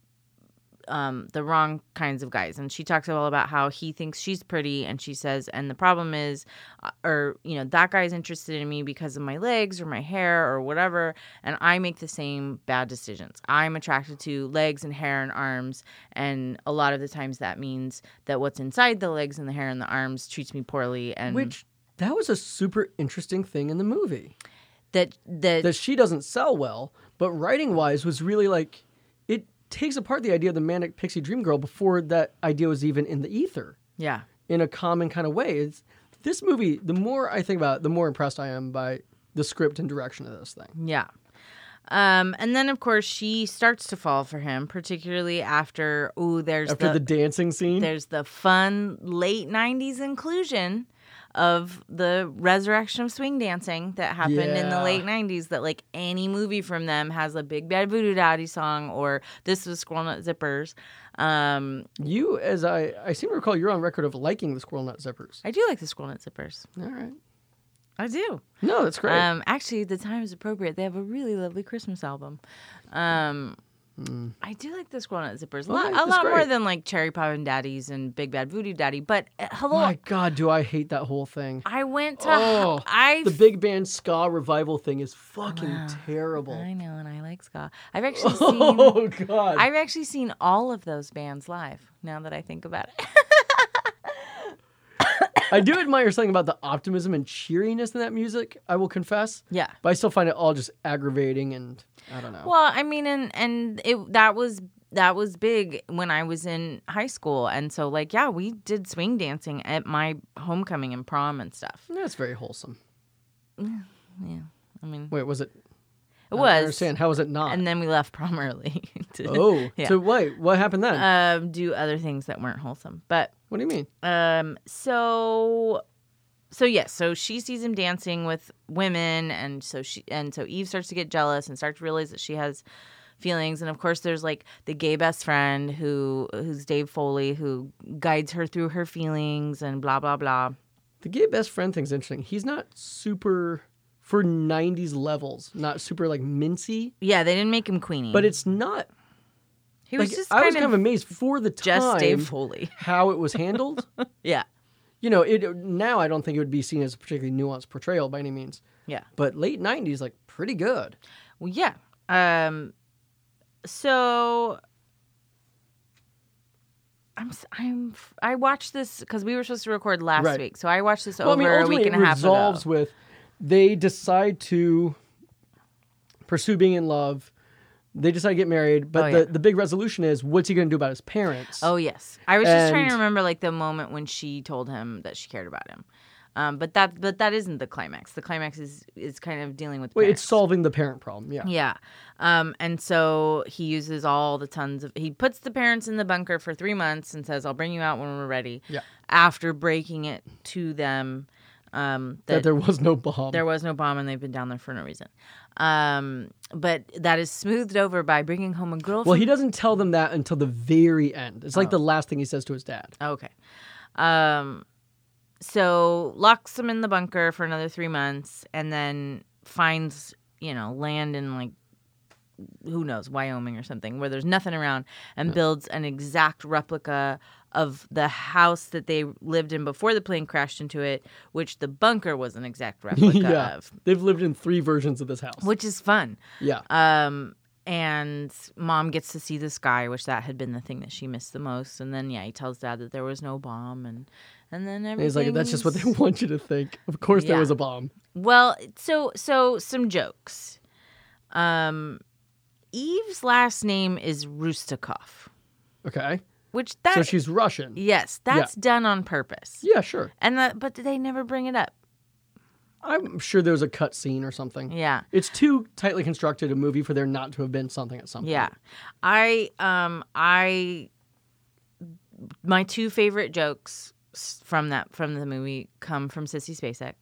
um, the wrong kinds of guys. And she talks all about how he thinks she's pretty. And she says, and the problem is, uh, or, you know, that guy's interested in me because of my legs or my hair or whatever. And I make the same bad decisions. I'm attracted to legs and hair and arms. And a lot of the times that means that what's inside the legs and the hair and the arms treats me poorly. And
Which that was a super interesting thing in the movie
that, that,
that she doesn't sell well, but writing wise was really like it takes apart the idea of the manic pixie dream girl before that idea was even in the ether
yeah.
in a common kind of way. It's, this movie, the more I think about it, the more impressed I am by the script and direction of this thing.
Yeah. Um, and then of course she starts to fall for him, particularly after oh there's [LAUGHS]
After the, dancing scene,
there's the fun late 90s inclusion of the resurrection of swing dancing that happened in the
Yeah.
late 90s that like any movie from them has a big bad voodoo daddy song or this was squirrel nut zippers um
You, as I, I seem to recall, you're on record of liking the squirrel nut zippers.
i do like the squirrel nut zippers
All right.
i do
No, that's great.
Um, actually, the time is appropriate. They have a really lovely Christmas album. Um,
Hmm.
I do like the Squirrel Nut Zippers a lot,
Okay,
a
that's
lot more
great.
than like Cherry Pie and Daddies and Big Bad Voodoo Daddy. But uh, hello,
Oh My God, do I hate that whole thing.
I went to
Oh,
I
The big band ska revival thing is fucking terrible.
I know, and I like ska. I've actually seen
[LAUGHS] Oh God.
I've actually seen all of those bands live. Now that I think about it, [LAUGHS]
I do admire something about the optimism and cheeriness in that music, I will confess.
yeah.
But I still find it all just aggravating and I don't know.
Well, I mean, and and it that was that was big when I was in high school, and so like yeah, we did swing dancing at my homecoming and prom and stuff.
That's very wholesome.
Yeah, I mean,
Wait, was it?
it
I don't
was.
understand. How was it not?
And [LAUGHS] then we left prom early [LAUGHS] to
oh,
yeah.
so wait, what happened then?
um, do other things that weren't wholesome. But
what do you mean?
um, so so yes, so she sees him dancing with women, and so she and so Eve starts to get jealous and starts to realize that she has feelings. And of course, there's like the gay best friend who who's Dave Foley who guides her through her feelings and blah blah blah.
The gay best friend thing's interesting. He's not super for 90s levels, not super like mincy,
Yeah, they didn't make him Queenie,
but it's not.
he
Like,
was just
I
kind,
was kind of
of
amazed for the time
just Dave
[LAUGHS]
Foley.
how it was
[LAUGHS]
handled.
Yeah,
you know, it now I don't think it would be seen as a particularly nuanced portrayal by any means.
yeah.
But late 90s, like pretty good.
Well, yeah. Um, so I'm s- I'm f- I watched this because we were supposed to record last
Right.
week, so I watched this
Well,
over a
ultimately
week and a
it
half ago.
resolves with they decide to pursue being in love. They decide to get married, but
Oh,
the,
yeah.
the big resolution is what's he going to do about his parents?
Oh yes, I was just trying
And-
to remember like the moment when she told him that she cared about him. Um, but that but that isn't the climax. The climax is is kind of dealing with.
Wait,
parents.
it's solving the parent problem. Yeah.
Yeah. Um, and so he uses all the tons of, he puts the parents in the bunker for three months and says, I'll bring you out when we're ready.
Yeah.
After breaking it to them um,
That
that,
there was no bomb.
there was no bomb and they've been down there for no reason. Um, but that is smoothed over by bringing home a girl.
well,
from-
he doesn't tell them that until the very end. It's like the last thing he says to his dad.
Okay. Um, so locks him in the bunker for another three months, and then finds you know land in like who knows Wyoming or something where there's nothing around, and builds an exact replica of the house that they lived in before the plane crashed into it, which the bunker was an exact replica
yeah.
of,
They've lived in three versions of this house.
which is fun.
yeah.
Um, and mom gets to see the sky, which that had been the thing that she missed the most. And then yeah, he tells dad that there was no bomb, and and then
And
everything.
he's like, that's just what they [LAUGHS] want you to think. Of course there
Yeah.
was a bomb.
Well, so so some jokes. Um, Eve's last name is Rustikov,
Okay.
which that
so she's Russian.
yes, that's done on purpose.
Yeah, sure.
And that, but they never bring it up.
I'm sure there was a cut scene or something.
Yeah.
It's too tightly constructed a movie for there not to have been something at some point.
Yeah. I um I my two favorite jokes s- from that from the movie come from Sissy Spacek.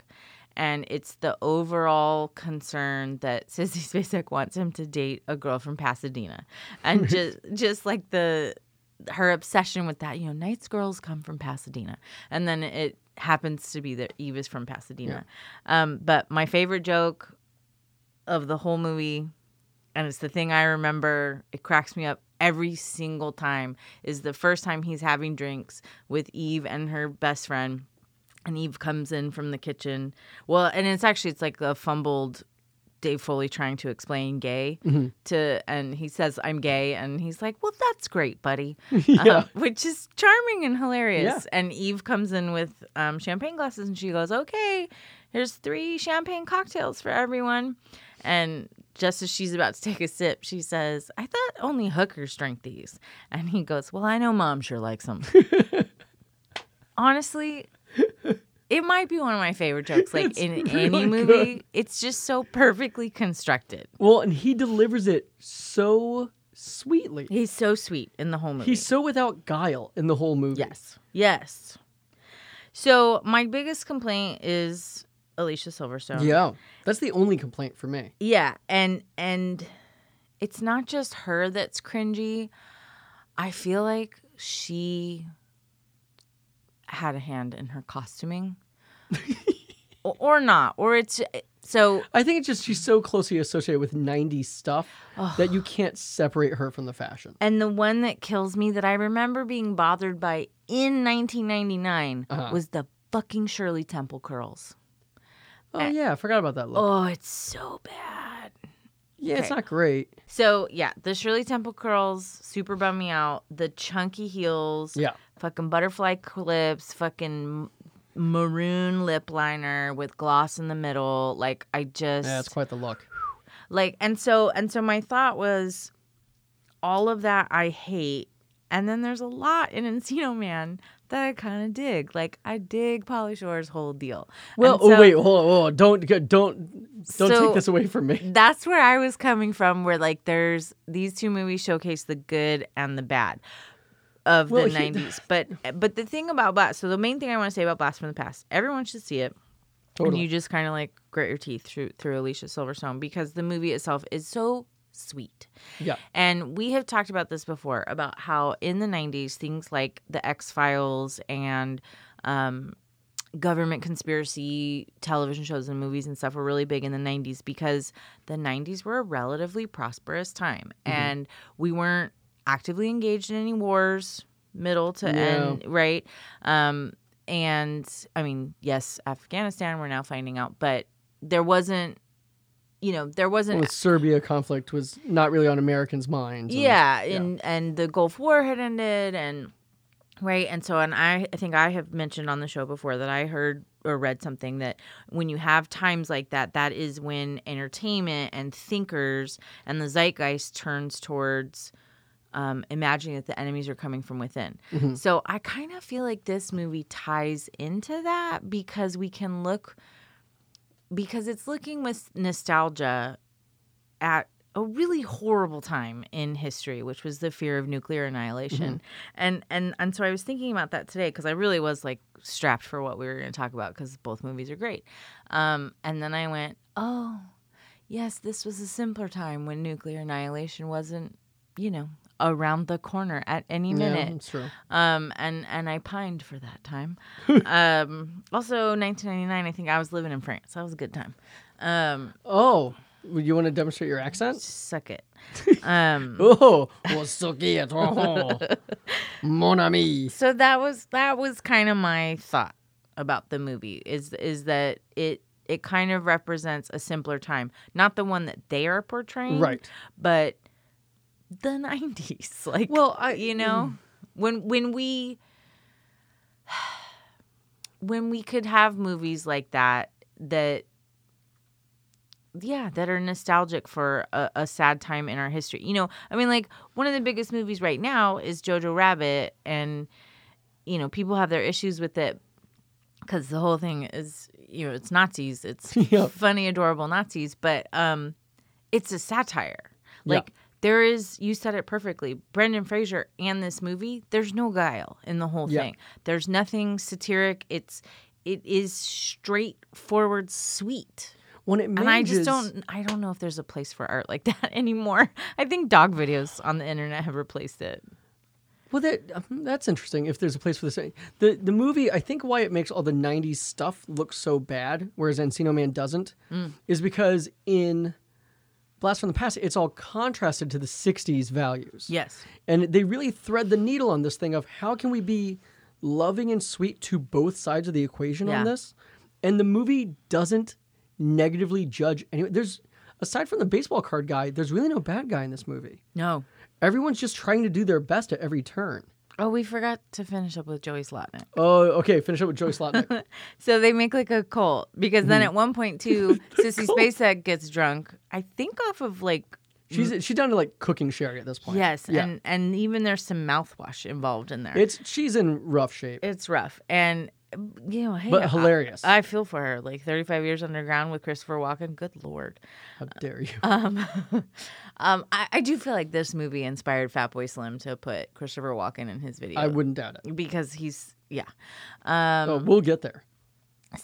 And it's the overall concern that [LAUGHS] Sissy Spacek wants him to date a girl from Pasadena. And just just like the her obsession with that, you know, nice girls come from Pasadena. And then it happens to be that Eve is from Pasadena. Um, but my favorite joke of the whole movie and it's the thing I remember. It cracks me up every single time. Is the first time he's having drinks with Eve and her best friend, and Eve comes in from the kitchen. Well, and it's actually it's like a fumbled Dave Foley trying to explain gay to, and he says I'm gay, and he's like, "Well, that's great, buddy,"
[LAUGHS] Yeah.
Um, which is charming and hilarious.
Yeah.
And Eve comes in with um, champagne glasses, and she goes, "Okay, here's three champagne cocktails for everyone." And just as she's about to take a sip, she says, I thought only hookers drink these. And he goes, Well, I know mom sure
[LAUGHS]
likes them. Honestly, it might be one of my favorite jokes. Like
It's
in
really
any movie, it's just so perfectly constructed.
Well, and he delivers it so sweetly.
He's so sweet in the whole movie.
He's so without guile in the whole movie.
yes. Yes. So my biggest complaint is Alicia Silverstone.
Yeah, that's the only complaint for me.
Yeah, and and it's not just her that's cringy. I feel like she had a hand in her
[LAUGHS]
costuming, or, or not, or it's so
I think it's just she's so closely associated with 90s stuff
[SIGHS] Ugh.
that you can't separate her from the fashion.
And the one that kills me that I remember being bothered by in 1999
Uh-huh.
was the fucking Shirley Temple curls. Eh.
Oh yeah, I forgot about that look.
Oh, it's so bad.
yeah, it's
okay.
not great.
So, yeah, the Shirley Temple curls super bum me out. The chunky heels,
Yeah.
fucking butterfly clips, fucking maroon lip liner with gloss in the middle. Like, I just.
Yeah, it's quite the look.
like and so and so my thought was all of that i hate and then there's a lot in encino man that i kind of dig like i dig polly shore's whole deal And
Well, oh
so
wait, hold on, hold on. Don't don't don't
So-
take this away from me. [LAUGHS]
that's where i was coming from where like there's these two movies showcase the good and the bad of
Well,
the
he-
90s but but the thing about blast so the main thing i want to say about blast from the past everyone should see it
Totally.
and you just kind of like grit your teeth through through alicia silverstone because the movie itself is so sweet
yeah.
And we have talked about this before about how in the 90s, things like the X Files and um, government conspiracy television shows and movies and stuff were really big in the 90s because the 90s were a relatively prosperous time
Mm-hmm.
and we weren't actively engaged in any wars, middle to
No.
end, right? Um, and I mean, yes, Afghanistan, we're now finding out, but there wasn't. You know, there wasn't
Well, the Serbia conflict was not really on Americans' minds. and-
yeah,
yeah.
and and the Gulf War had ended, and right, and so and I, I think I have mentioned on the show before that I heard or read something that when you have times like that, that is when entertainment and thinkers and the zeitgeist turns towards. Um, imagining that the enemies are coming from within.
Mhm.
So I kind of feel like this movie ties into that because we can look, because it's looking with nostalgia at a really horrible time in history, which was the fear of nuclear annihilation. And and and so I was thinking about that today because I really was like strapped for what we were going to talk about because both movies are great. Um, and then I went, oh, yes, this was a simpler time when nuclear annihilation wasn't, you know, around the corner at any minute.
Yeah, it's true.
Um, and and I pined for that time. um, also, 1999, I think I was living in France. That was a good time. Um,
Oh, would you want to demonstrate your accent?
suck it. Um, [LAUGHS]
Oh, well, suki at all. mon ami.
so that was that was kind of my thought about the movie is is that it it kind of represents a simpler time, not the one that they are portraying,
Right.
But the [LAUGHS] 90s, like
Well, I- mm.
you know when when we [SIGHS] when we could have movies like that that yeah that are nostalgic for a, a sad time in our history you know i mean like one of the biggest movies right now is jojo rabbit and you know people have their issues with it because the whole thing is you know it's nazis
[LAUGHS]
it's
Yeah.
funny adorable nazis but um it's a satire
Yeah.
like there is you said it perfectly brendan fraser and this movie there's no guile in the whole
Yeah.
thing there's nothing satiric it's it is straightforward sweet
When it
and I just
manages-
don't I don't know if there's a place for art like [LAUGHS] that anymore. I think dog videos on the internet have replaced it.
Well, that um, that's interesting. If there's a place for this, the the movie, I think why it makes all the '90s stuff look so bad, whereas Encino Man doesn't,
Mm.
is because in Blast from the Past, it's all contrasted to the '60s values.
Yes.
And they really thread the needle on this thing of how can we be loving and sweet to both sides of the equation
Yeah.
on this? And the movie doesn't negatively judge anyone. There's aside from the baseball card guy, there's really no bad guy in this movie.
No.
Everyone's just trying to do their best at every turn.
Oh, we forgot to finish up with Joey Slotnick.
Oh, okay. Finish up with Joey
[LAUGHS]
Slotnick.
So they make like a cult because then at one point too, Sissy Spacek gets drunk. I think off of like
she's she's down to like cooking sherry at this point.
yes,
Yeah.
and and even there's some mouthwash involved in there.
it's she's in rough shape.
it's rough and you know hey,
But
I-
hilarious.
I, feel for her like 35 years underground with christopher walken good lord
How dare you?
um, um I, I do feel like this movie inspired fatboy slim to put christopher walken in his video
I wouldn't doubt it.
because he's yeah. um,
oh, we'll get there.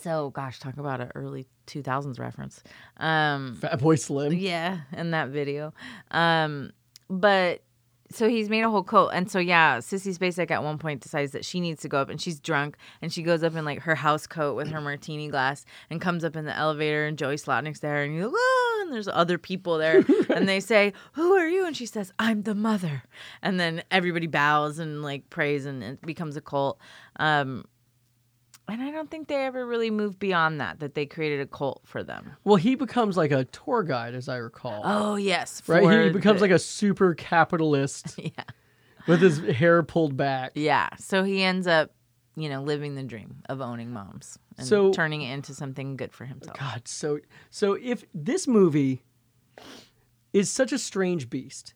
So, gosh, talk about an early 2000s reference. Um,
Fat Boy Slim.
yeah, in that video. Um, but so he's made a whole coat. And so, yeah, Sissy Spacek at one point decides that she needs to go up and she's drunk and she goes up in like her house coat with her martini glass and comes up in the elevator and Joey Slotnick's there and you ah, and there's other people [LAUGHS] there and they say, Who are you? And she says, I'm the mother. And then everybody bows and like prays and it becomes a cult. Um, and I don't think they ever really moved beyond that, that they created a cult for them.
Well, he becomes like a tour guide, as I recall.
Oh, yes.
right? He becomes like a super capitalist
Yeah.
with his hair pulled back.
Yeah. So he ends up, you know, living the dream of owning moms and
So-
turning it into something good for himself.
God, so so if this movie is such a strange beast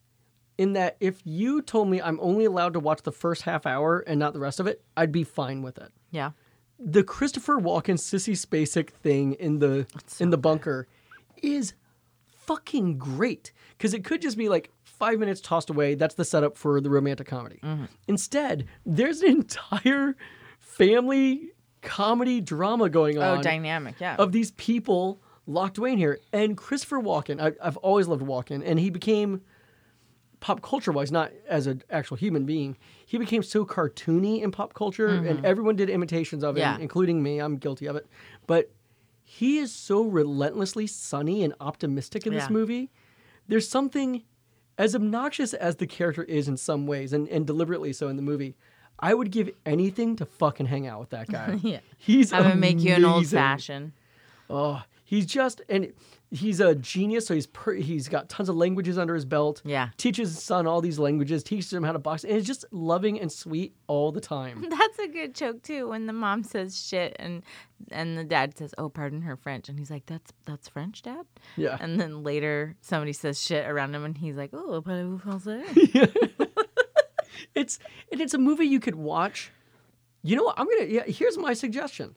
in that if you told me I'm only allowed to watch the first half hour and not the rest of it, I'd be fine with it.
Yeah.
The Christopher Walken sissy Spacek thing in the in the bunker is fucking great because it could just be like five minutes tossed away. That's the setup for the romantic comedy. Instead, there's an entire family comedy drama going on
Oh, dynamic. Yeah.
of these people locked away in here. And Christopher Walken, I, I've always loved Walken, and he became pop culture wise, not as an actual human being. He became so cartoony in pop culture, and everyone did imitations of him,
Mm-hmm. Yeah.
including me. I'm guilty of it, but he is so relentlessly sunny and optimistic in
Yeah.
this movie. There's something as obnoxious as the character is in some ways, and, and deliberately so in the movie. I would give anything to fucking hang out with that guy.
[LAUGHS] Yeah.
He's
I'm going to make you an old
amazing.
[LAUGHS] fashioned.
Oh, he's just and he's a genius. So he's per, he's got tons of languages under his belt.
Yeah.
teaches his son all these languages, teaches him how to box, and it's just loving and sweet all the
[LAUGHS]
time.
That's a good joke too when the mom says shit and and the dad says, "Oh, pardon her French." And he's like, "That's that's French, dad?"
Yeah.
And then later somebody says shit around him and he's like, "Oh, parlez-vous
[LAUGHS]
français?"
It's and it's a movie you could watch. You know what? I'm gonna. Yeah, here's my suggestion.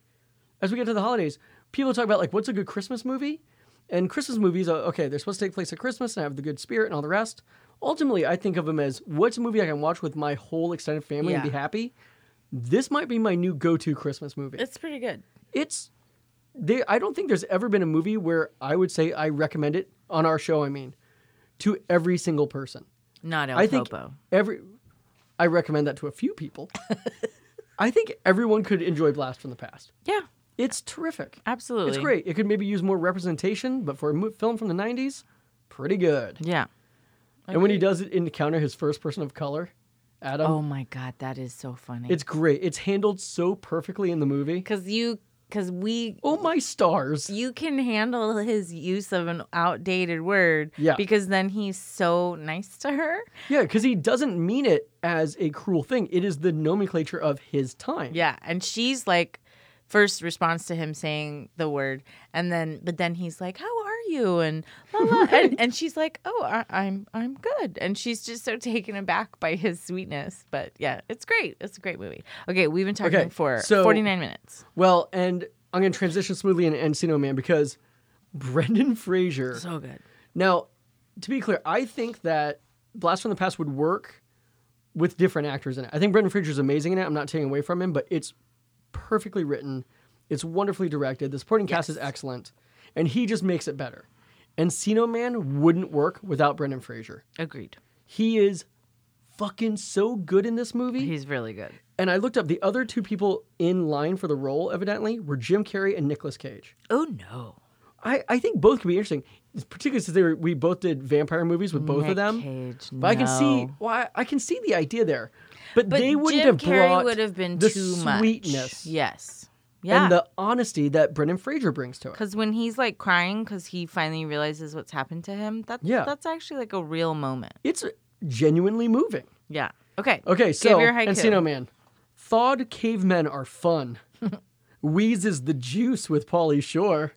As we get to the holidays, people talk about like what's a good Christmas movie, and Christmas movies. Are, okay, they're supposed to take place at Christmas and have the good spirit and all the rest. Ultimately, I think of them as what's a movie I can watch with my whole extended family and be
Yeah.
happy. This might be my new go-to Christmas movie.
it's pretty good.
it's they I don't think there's ever been a movie where I would say I recommend it on our show, I mean, to every single person.
Not El
I think
Topo.
every I recommend that to a few
[LAUGHS]
people. I think everyone could enjoy Blast from the Past.
Yeah,
It's terrific.
absolutely.
It's great. It could maybe use more representation, but for a mo- film from the 90s, pretty good.
Yeah.
And when he does it encounter his first person of color, Adam,
Oh my god, that is so funny.
it's great. It's handled so perfectly in the movie.
Because you, because we,
Oh my stars.
you can handle his use of an outdated word.
Yeah.
Because then he's so nice to her.
Yeah, because he doesn't mean it as a cruel thing. It is the nomenclature of his time.
Yeah. And she's like, first response to him saying the word. And then, but then he's like, how are you? And, la, la. and, and she's like, oh, I, I'm, I'm good. And she's just so taken aback by his sweetness. But yeah, it's great. It's a great movie. Okay. We've been talking
Okay,
for
so-
49 minutes.
Well, and I'm going to transition smoothly into Encino Man because Brendan Fraser.
So good.
now, to be clear, I think that Blast from the Past would work with different actors in it. I think Brendan Fraser's amazing in it. I'm not taking away from him, but it's perfectly written. It's wonderfully directed. The supporting cast is excellent, and he just makes it better. Encino Man wouldn't work without Brendan Fraser.
Agreed.
He is fucking so good in this movie.
He's really good.
and I looked up the other two people in line for the role, evidently, were Jim Carrey and Nicolas Cage.
Oh, no.
I, I think both could be interesting, particularly since they were, we both did vampire movies with both
Nick
of them.
Cage,
but I can see
no.
well, I, I can see the idea there. But,
But
they wouldn't
Jim
have
Carrey
brought
would have been
the
too
sweetness
much. Yes. Yeah.
and the honesty that Brendan Fraser brings to it.
Cuz when he's like crying cuz he finally realizes what's happened to him, that's
Yeah.
that's actually like a real moment.
It's genuinely moving.
Yeah. Okay.
Okay, so
Give your haiku.
Encino Man. Thawed cavemen are
[LAUGHS]
fun. Wheeze is the juice with Polly Shore.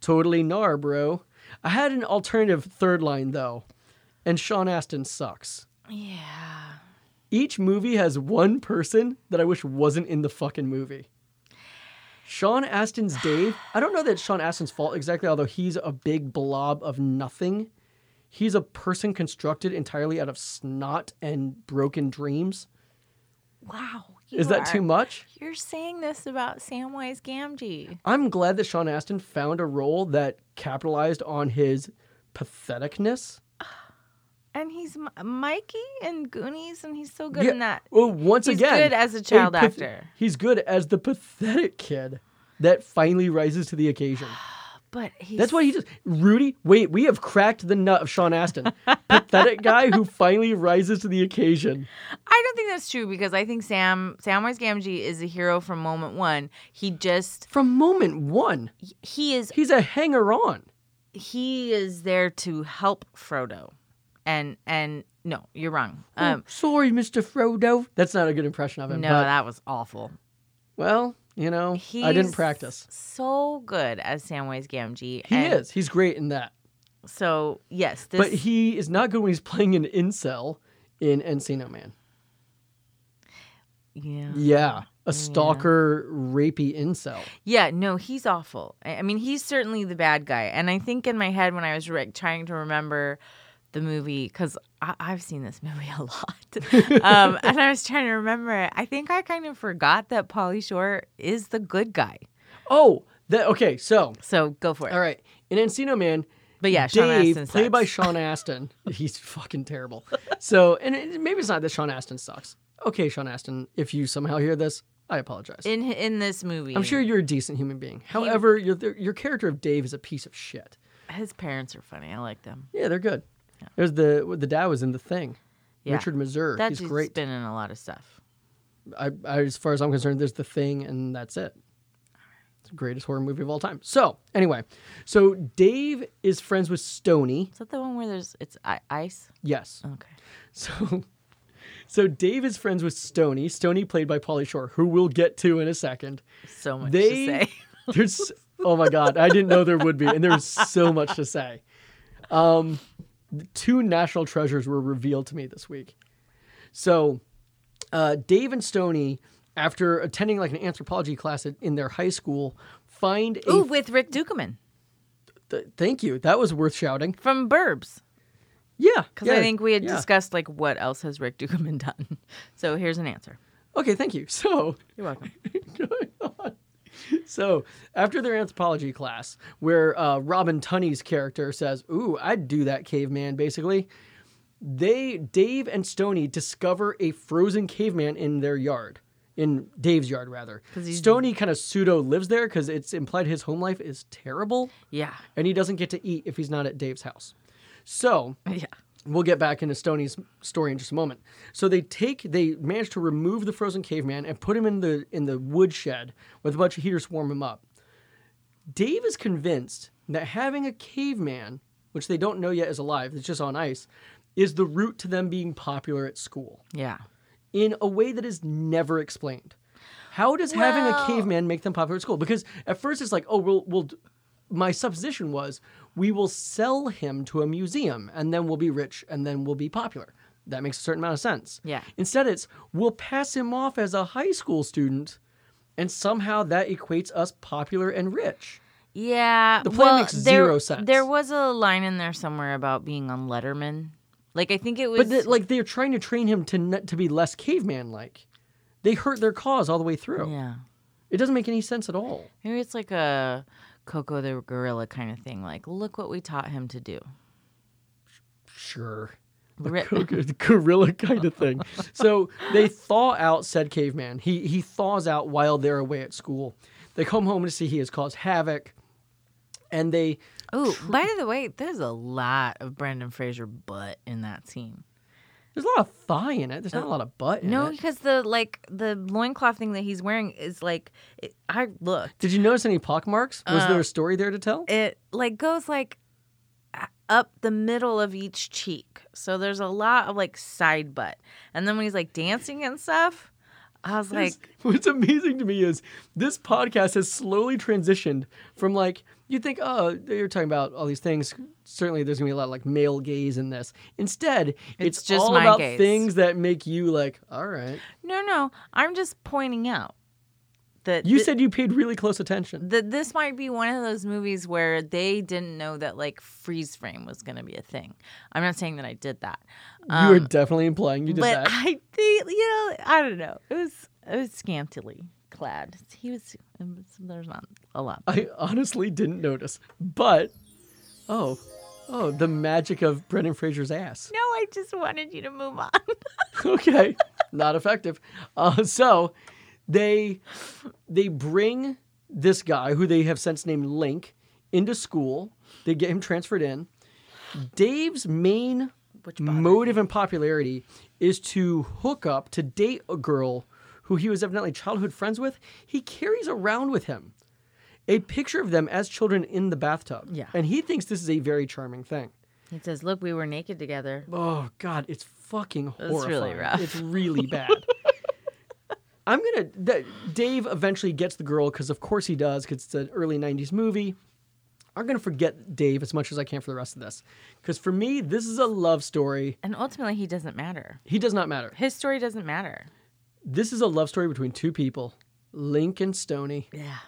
Totally gnar, bro. I had an alternative third line though, and Sean Astin sucks.
Yeah.
Each movie has one person that I wish wasn't in the fucking movie. Sean Astin's Dave. I don't know that it's Sean Astin's fault exactly, although he's a big blob of nothing. He's a person constructed entirely out of snot and broken dreams.
Wow.
Is that too
much?
much?
You're saying this about Samwise Gamgee.
I'm glad that Sean Astin found a role that capitalized on his patheticness.
And he's M- Mikey in Goonies, and he's so good
Yeah.
in that.
Well, once
He's
again,
good as a child
path-
actor.
He's good as the pathetic kid that finally rises to the
[SIGHS]
occasion.
But he's.
That's why he just Rudy. Wait, we have cracked the nut of Sean
[LAUGHS]
Astin, pathetic guy who finally rises to the occasion.
I don't think that's true because I think Sam Samwise Gamgee is a hero from moment one. He just
From moment one,
he is
he's a hanger-on.
he is there to help Frodo, and and no, you're wrong.
Um,
Um,
sorry, Mister Frodo. That's not a good impression of him.
no,
but,
that was awful.
well, you know,
He's
I didn't practice.
So good as Samwise
He
Gamgee. and
is. He's great in that.
So yes, this
But he is not good when he's playing an incel in Encino Man.
yeah.
Yeah. A stalker, rapey incel.
Yeah, no, he's awful. I I mean, he's certainly the bad guy. And I think in my head when I was re- trying to remember the movie, because I've seen this movie a [LAUGHS]
[LAUGHS]
lot, um, and I was trying to remember it. I think I kind of forgot that Polly Shore is the good guy.
Oh, that okay, so
So go for it.
all right. In Encino Man,
But yeah, Sean
Dave,
Astin
played
sucks.
by Sean Astin, [LAUGHS] he's fucking terrible. So, and it, maybe it's not that Sean Astin sucks. Okay, Sean Astin, if you somehow hear this, I apologize.
in hi- in this movie.
I'm sure you're a decent human being. However, your your character of Dave is a piece of shit.
his parents are funny. I like them.
Yeah, they're good. There's the the dad was in the thing.
Yeah.
Richard Mazur.
That
he's
dude's
great.
been in a lot of stuff.
I, I, as far as I'm concerned, there's the thing, and that's it. It's the greatest horror movie of all time. So anyway, so Dave is friends with Stony.
Is that the one where there's it's I- ice?
Yes.
Okay.
[LAUGHS] So, so Dave is friends with Stony. Stony played by Polly Shore, who we'll get to in a second.
So much
They-
to say.
[LAUGHS] There's oh my god, I didn't know there would be, and there's so much to say. Um, two national treasures were revealed to me this week. So, uh, Dave and Stony, after attending like an anthropology class at, in their high school, find a.
[LAUGHS] Ooh, with Rick Dukeman
th- thank you. That was worth shouting.
from Burbs.
Yeah,
Because I think we had discussed like what else has Rick Dukeman [LAUGHS] done. So here's an answer.
Okay, thank you. So,
You're welcome.
so after their anthropology class, where uh, Robin Tunney's character says, "Ooh, I'd do that, caveman," basically, they Dave and Stony discover a frozen caveman in their yard, in Dave's yard rather.
'Cause he's-
Stony kind of pseudo lives there because it's implied his home life is terrible,
Yeah. [LAUGHS]
and he doesn't get to eat if he's not at Dave's house. So
Yeah.
We'll get back into Stoney's story in just a moment. So they take they manage to remove the frozen caveman and put him in the in the woodshed with a bunch of heaters to warm him up. Dave is convinced that having a caveman, which they don't know yet is alive, it's just on ice, is the route to them being popular at school
Yeah.
in a way that is never explained. How does having a
Well-
caveman make them popular at school? Because at first it's like, oh, we'll, we'll. d- My supposition was we will sell him to a museum and then we'll be rich and then we'll be popular. That makes a certain amount of sense.
Yeah.
Instead, it's we'll pass him off as a high school student, and somehow that equates us popular and rich.
Yeah.
The play
well,
makes
there,
zero sense.
There was a line in there somewhere about being on Letterman. Like I think it was
But th- like they're trying to train him to n- to be less caveman like. They hurt their cause all the way through.
Yeah.
It doesn't make any sense at all.
Maybe it's like a Coco the gorilla kind of thing. Like, look what we taught him to do.
Sure.
Rip.
Gorilla- [LAUGHS] gorilla kind of thing. So they thaw out said caveman. He he thaws out while they're away at school. They come home to see he has caused havoc, and they
Ooh, by the way, there's a lot of Brandon Fraser butt in that scene.
there's a lot of thigh in it. There's not a lot of butt in
No,
it.
because the like the loincloth thing that he's wearing is like it, I look.
Did you notice any pock marks? Was there a story there to tell?
Uh, it like goes like a- up the middle of each cheek. So there's a lot of like side butt. And then when he's like dancing and stuff, I was like,
[LAUGHS] What's amazing to me is this podcast has slowly transitioned from like you think, oh, you're talking about all these things. Certainly, there's gonna be a lot of like male gaze in this. Instead, it's,
It's just
all
my
about
gaze.
things that make you like, all right.
no, no, I'm just pointing out that
You
thi-
said you paid really close attention.
that this might be one of those movies where they didn't know that like freeze frame was going to be a thing. I'm not saying that I did that, Um,
you were definitely implying you did
but
that.
I think you know I don't know. It was it was scantily clad. He was there's not a lot.
I honestly didn't notice. But oh, oh, the magic of Brendan Fraser's ass.
No, I just wanted you to move on. [LAUGHS]
[LAUGHS] okay, not effective. Uh, so they they bring this guy who they have since named Link into school. They get him transferred in. Dave's main
Which bothered
motive and popularity is to hook up to date a girl who he was evidently childhood friends with. He carries around with him a picture of them as children in the bathtub.
Yeah.
And he thinks this is a very charming thing.
He says, "Look, we were naked together."
Oh God, it's fucking horrifying.
It's really rough.
It's really bad.
[LAUGHS]
I'm gonna. Th- Dave eventually gets the girl because, of course, he does. Because it's an early '90s movie. I'm gonna forget Dave as much as I can for the rest of this, because for me, this is a love story.
And ultimately, he doesn't matter.
He does not matter.
His story doesn't matter.
This is a love story between two people, Link and Stoney.
Yeah.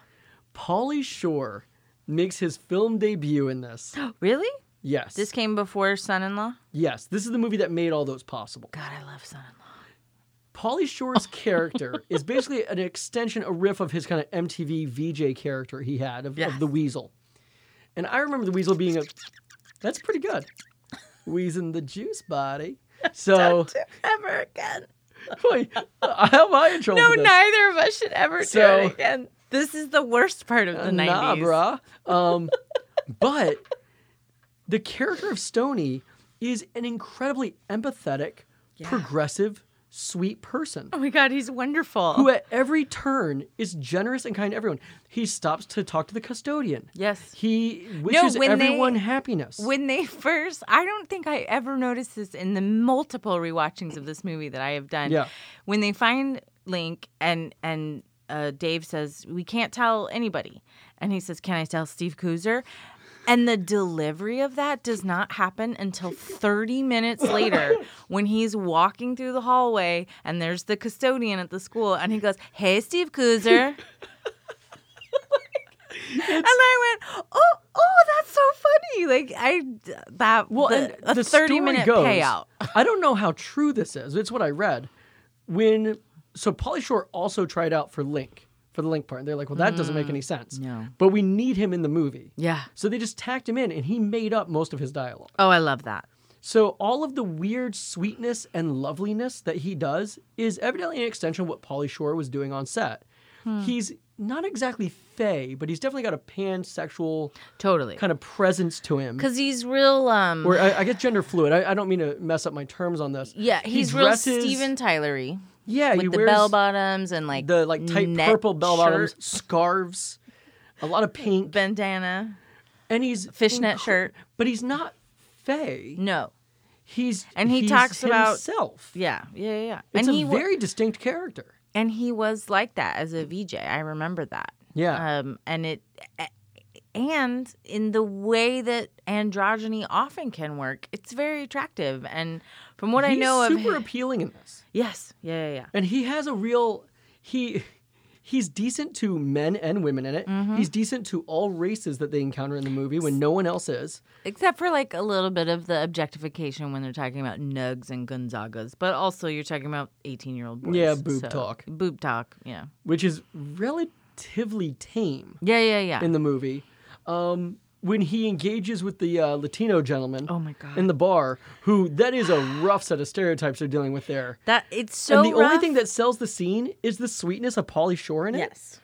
Pauly Shore makes his film debut in
[GASPS]
this.
[GASPS] Really?
Yes.
This came before son-in-law.
yes. This is the movie that made all those possible.
God, I love [LAUGHS] son-in-law.
Polly Shore's
[LAUGHS]
character is basically an extension, a riff of his kind of MTV VJ character he had of,
Yes.
of the Weasel. And I remember the Weasel being a that's pretty good. Wheezing the juice
[LAUGHS]
body. [LAUGHS] So
Ever again.
wait, how am I in trouble?
No,
for this?
neither of us should ever do
So-
it again. This is the worst part of the 90s.
Nah, brah.
[LAUGHS]
Um, but the character of Stony is an incredibly empathetic, progressive, sweet person.
Oh my god, he's wonderful.
who at every turn is generous and kind to everyone. He stops to talk to the custodian.
yes.
He wishes
when they-
everyone happiness.
When they [LAUGHS] first, I don't think I ever noticed this in the multiple rewatchings of this movie that I have done.
Yeah.
When they find Link and and uh, Dave says, "We can't tell anybody," and he says, "Can I tell Steve Cooser?" And the delivery of that does not happen until 30 minutes later when he's walking through the hallway and there's the custodian at the school and he goes, Hey, Steve Cooser. and I went, oh, oh, that's so funny. Like I that well, the,
and
a thirty minute payout.
I don't know how true this is. It's what I read. When so Polly Shore also tried out for Link for the Link part. And they're like, well, that doesn't make any sense.
no.
But we need him in the movie.
Mm, Yeah.
So they just tacked him in, and he made up most of his dialogue.
Oh, I love that.
So all of the weird sweetness and loveliness that he does is evidently an extension of what Polly Shore was doing on set.
Hmm.
He's not exactly fey, but he's definitely got a pansexual
Totally.
kind of presence to him.
Because he's real. Um.
Or I, I guess gender fluid. I, I don't mean to mess up my terms on this.
yeah,
He
he's real
dresses-
Steven Tylery
Yeah, he
with the
wears
bell bottoms and like
the like tight
net
purple bell bottoms,
shirt,
scarves, a lot of pink,
bandana,
and he's
fishnet shirt.
But he's not fey.
No.
He's
And he
he's
talks about-
himself.
Yeah, yeah, yeah, yeah.
It's
and
a
he wa-
very distinct character.
and he was like that as a VJ. I remember that.
Yeah.
Um, and it, and in the way that androgyny often can work, it's very attractive. And from what I
He's
know of,
super
hi-
appealing in this,
yes, yeah, yeah, yeah.
and he has a real he. He's decent to men and women in it.
Mm-hmm.
He's decent to all races that they encounter in the movie when no one else is.
Except for like a little bit of the objectification when they're talking about nugs and Gonzagas, but also you're talking about eighteen-year-old boys.
Yeah, boob
so-
talk.
Boob talk. Yeah.
which is relatively tame
Yeah, yeah, yeah.
in the movie. Um, when he engages with the uh, Latino gentleman
oh my god.
in the bar, who that is a rough set of stereotypes they're dealing with there.
that it's so.
and the only
rough.
thing that sells the scene is the sweetness of Polly Shore in it.
Yes.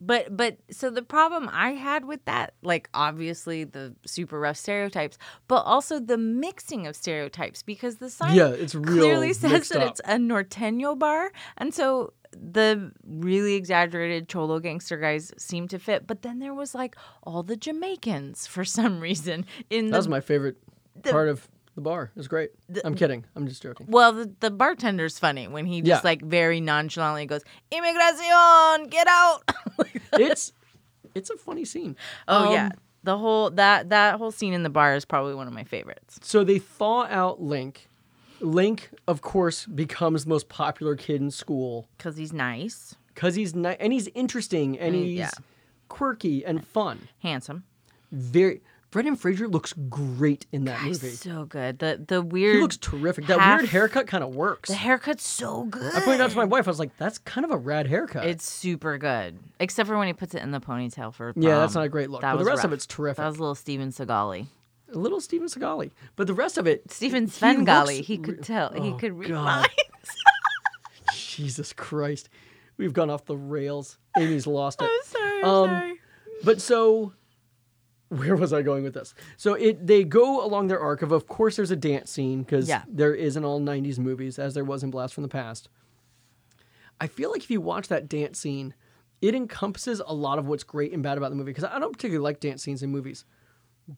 But but so the problem I had with that, like obviously the super rough stereotypes, but also the mixing of stereotypes because the sign
Yeah, it's real
clearly says
mixed
that
up.
it's a norteño bar, and so the really exaggerated cholo gangster guys seem to fit. But then there was like all the Jamaicans for [LAUGHS] some reason in
That
the
was my favorite part of the bar. It was great. I'm kidding. I'm just joking.
[LAUGHS] Well, the, the bartender's funny when he just
Yeah.
like very nonchalantly goes, "Immigración, get out."
it's it's a funny scene.
Oh
Um,
yeah, the whole that that whole scene in the bar is probably one of my favorites.
So they thaw out Link. Link, of course, becomes the most popular kid in school.
because he's nice.
because he's ni- and he's interesting and
Mm,
he's
yeah.
quirky and fun.
Handsome.
Very. Brendan Fraser looks great in that
He's
movie.
so good. The the weird
He looks terrific. That
half-
weird haircut kind of works.
the haircut's so good.
I pointed out to my wife, I was like, "That's kind of a rad haircut."
It's super good, except for when he puts it in the ponytail for.
yeah, that's
prom.
not a great look.
That
But the
was
rest of
rough.
it's terrific.
That was a little Steven Seagal.
A little Steven Seagal. But the rest of it,
Steven
he
Svengali.
looks
He
re-
could tell. he
Oh,
could read
God.
minds.
Jesus Christ, we've gone off the rails. Amy's
[LAUGHS]
lost it.
[LAUGHS] I'm sorry. I'm
Um,
sorry.
But so, where was I going with this? So it they go along their arc of, of course, there's a dance scene because
Yeah.
there is in all '90s movies, as there was in Blast from the Past. I feel like if you watch that dance scene, it encompasses a lot of what's great and bad about the movie because I don't particularly like dance scenes in movies,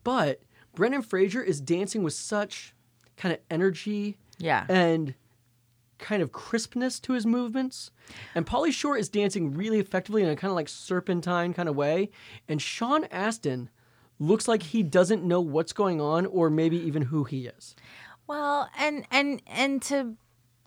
but Brendan Fraser is dancing with such kind of energy
Yeah.
and kind of crispness to his movements. And Polly Shore is dancing really effectively in a kind of like serpentine kind of way. And Sean Astin looks like he doesn't know what's going on or maybe even who he is.
Well, and and and to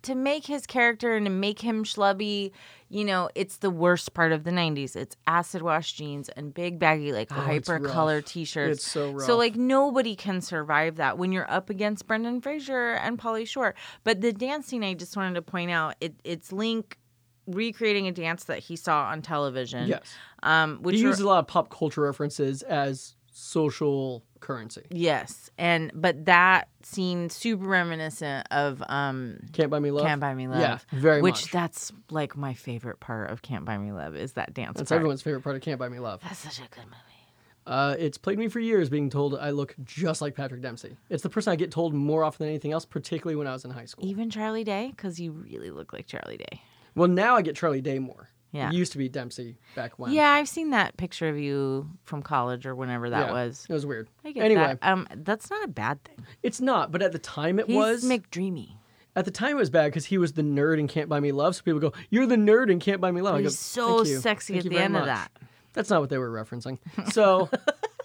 to make his character and to make him schlubby, you know, it's the worst part of the '90s. It's acid wash jeans and big baggy like
Oh, it's
hyper
rough.
color t-shirts.
It's so rough.
So like nobody can survive that when you're up against Brendan Fraser and Polly Shore. But the dancing, I just wanted to point out, it it's Link recreating a dance that he saw on television.
Yes.
Um, which
He
re-
uses a lot of pop culture references as social currency.
yes, and but that seemed super reminiscent of um
Can't buy me love.
Can't Buy Me Love.
Yeah, very
Which
much.
that's like my favorite part of Can't Buy Me Love is that dance.
That's
part.
everyone's favorite part of Can't Buy Me Love.
That's such a good movie.
Uh, it's plagued me for years being told I look just like Patrick Dempsey. It's the person I get told more often than anything else, particularly when I was in high school.
Even Charlie Day, because you really look like Charlie Day.
Well, now I get Charlie Day more.
Yeah.
It used to be Dempsey back when.
Yeah, I've seen that picture of you from college or whenever that
Yeah,
was.
It was weird.
I get
anyway,
that. Um, that's not a bad thing.
it's not, but at the time it
He's
was.
McDreamy.
at the time it was bad because he was the nerd and can't buy me love. So people go, "You're the nerd and can't buy me love." I go,
He's so
"Thank you.
sexy
Thank
at
you
the
very
end of
much."
that.
That's not what they were
[LAUGHS]
referencing. So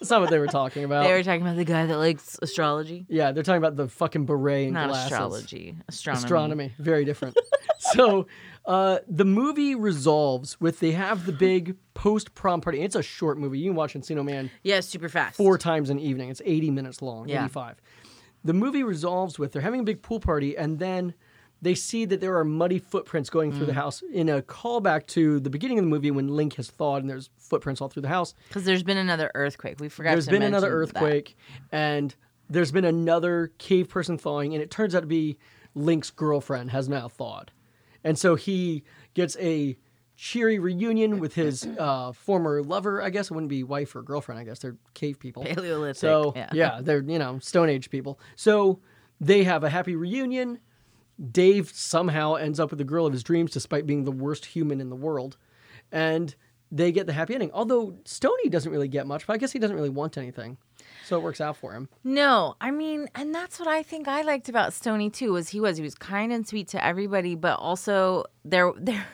that's not what they were talking about.
They were talking about the guy that likes astrology,
yeah, they're talking about the fucking beret and
not
glasses.
astrology, Mm-hmm. astronomy.
Astronomy, very
[LAUGHS]
different. so uh, the movie resolves with they have the big post prom party. It's a short movie. You can watch Encino Man
Yeah, super fast.
four times an evening. It's 80 minutes long,
Yeah.
85. The movie resolves with they're having a big pool party, and then they see that there are muddy footprints going
Mm.
through the house in a callback to the beginning of the movie when Link has thawed and there's footprints all through the house.
Because there's been another earthquake. We forgot.
There's
to
been another
mention that.
earthquake, and there's been another cave person thawing, and it turns out to be Link's girlfriend has now thawed. And so he gets a cheery reunion with his uh, former lover, I guess. It wouldn't be wife or girlfriend, I guess. They're cave people.
[LAUGHS] Paleolithic,
So,
yeah.
they're, you know, Stone Age people. So they have a happy reunion. Dave somehow ends up with the girl of his dreams despite being the worst human in the world. And they get the happy ending. Although Stony doesn't really get much, but I guess he doesn't really want anything. So it works out for him.
No, I mean, and that's what I think I liked about Stony too was he was he was kind and sweet to everybody, but also there [LAUGHS] there,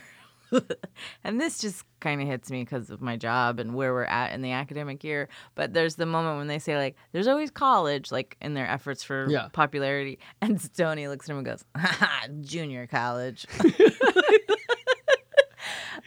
and this just kind of hits me because of my job and where we're at in the academic year. But there's the moment when they say like, "There's always college," like in their efforts for
Yeah.
popularity, and Stony looks at him and goes, [LAUGHS] "Ha junior college."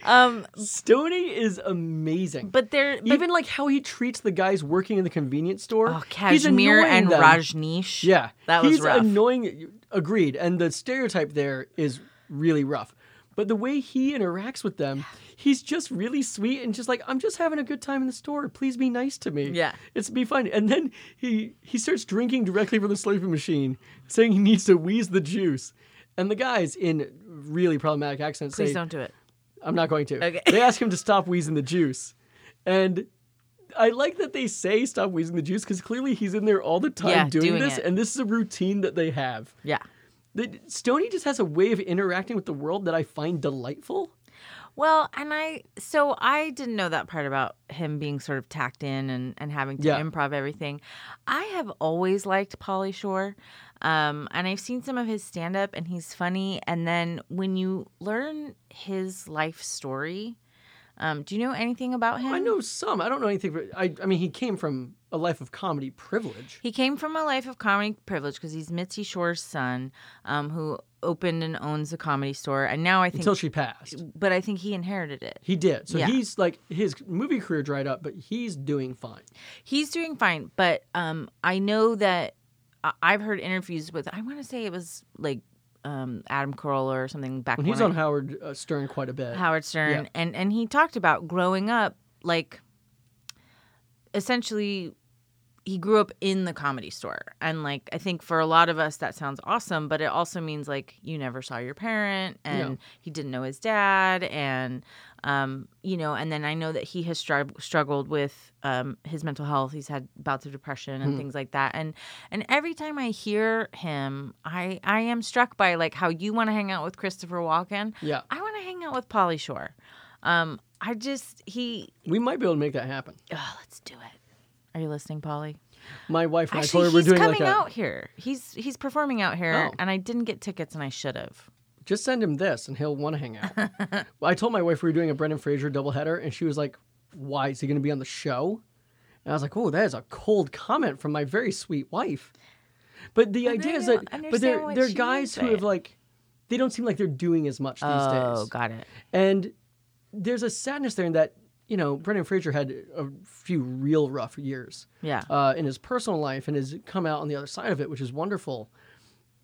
um,
Stony is amazing. [LAUGHS]
but there, but,
Even like how he treats the guys working in the convenience store.
oh,
He's
Kashmir
annoying
and
them.
Rajneesh.
Yeah,
that was
he's
rough.
annoying. Agreed, and the stereotype there is really rough. But the way he interacts with them, he's just really sweet and just like I'm just having a good time in the store. Please be nice to me.
Yeah.
it's be fine. And then he he starts drinking directly from the slurping machine, saying he needs to wheeze the juice. And the guys in really problematic accents
Please
say,
don't do it.
I'm not going to.
Okay.
They ask him to stop wheezing the juice. And I like that they say stop wheezing the juice because clearly he's in there all the time
Yeah,
doing,
doing
this,
it.
and this is a routine that they have.
Yeah.
The, Stony just has a way of interacting with the world that I find delightful.
Well, and I so I didn't know that part about him being sort of tacked in and, and having to
Yeah.
improv everything. I have always liked Polly Shore. Um, and I've seen some of his stand up and he's funny. And then when you learn his life story, um, do you know anything about him?
I know some. I don't know anything. But I, I mean, he came from a life of comedy privilege.
He came from a life of comedy privilege because he's Mitzi Shore's son, um, who opened and owns the comedy store, and now I think,
until she passed.
but I think he inherited it.
He did. So
Yeah.
he's like his movie career dried up, but he's doing fine.
He's doing fine, but um, I know that I- I've heard interviews with. I want to say it was like um, Adam Carolla or something back
And
when
he's
I-
on Howard uh, Stern quite a bit.
Howard Stern,
Yeah.
and and he talked about growing up, like essentially, he grew up in the comedy store, and like I think for a lot of us that sounds awesome, but it also means like you never saw your parent, and
Yeah.
he didn't know his dad, and um, you know, and then I know that he has strugg- struggled with um, his mental health. He's had bouts of depression
Hmm.
and things like that, and and every time I hear him, I I am struck by like how you want to hang out with Christopher Walken.
yeah,
I want to hang out with Polly Shore. Um, I just he.
we might be able to make that happen.
Oh, let's do it. Are you listening, Polly?
My wife and I
Actually,
told her we're
he's
doing
coming
like a
out here. He's he's performing out here,
Oh.
and I didn't get tickets, and I should have.
just send him this and he'll want to hang
[LAUGHS]
out. well, I told my wife we were doing a Brendan Fraser doubleheader, and she was like, "Why is he going to be on the show?" And I was like, "Oh, that is a cold comment from my very sweet wife." But the idea is that,
don't
but
understand
they're
what
they're
she
guys
means
who
by
have
it.
like, they don't seem like they're doing as much these
Oh,
days.
got it.
And there's a sadness there in that, you know, Brendan Fraser had a few real rough years
Yeah.
uh, in his personal life and has come out on the other side of it, which is wonderful.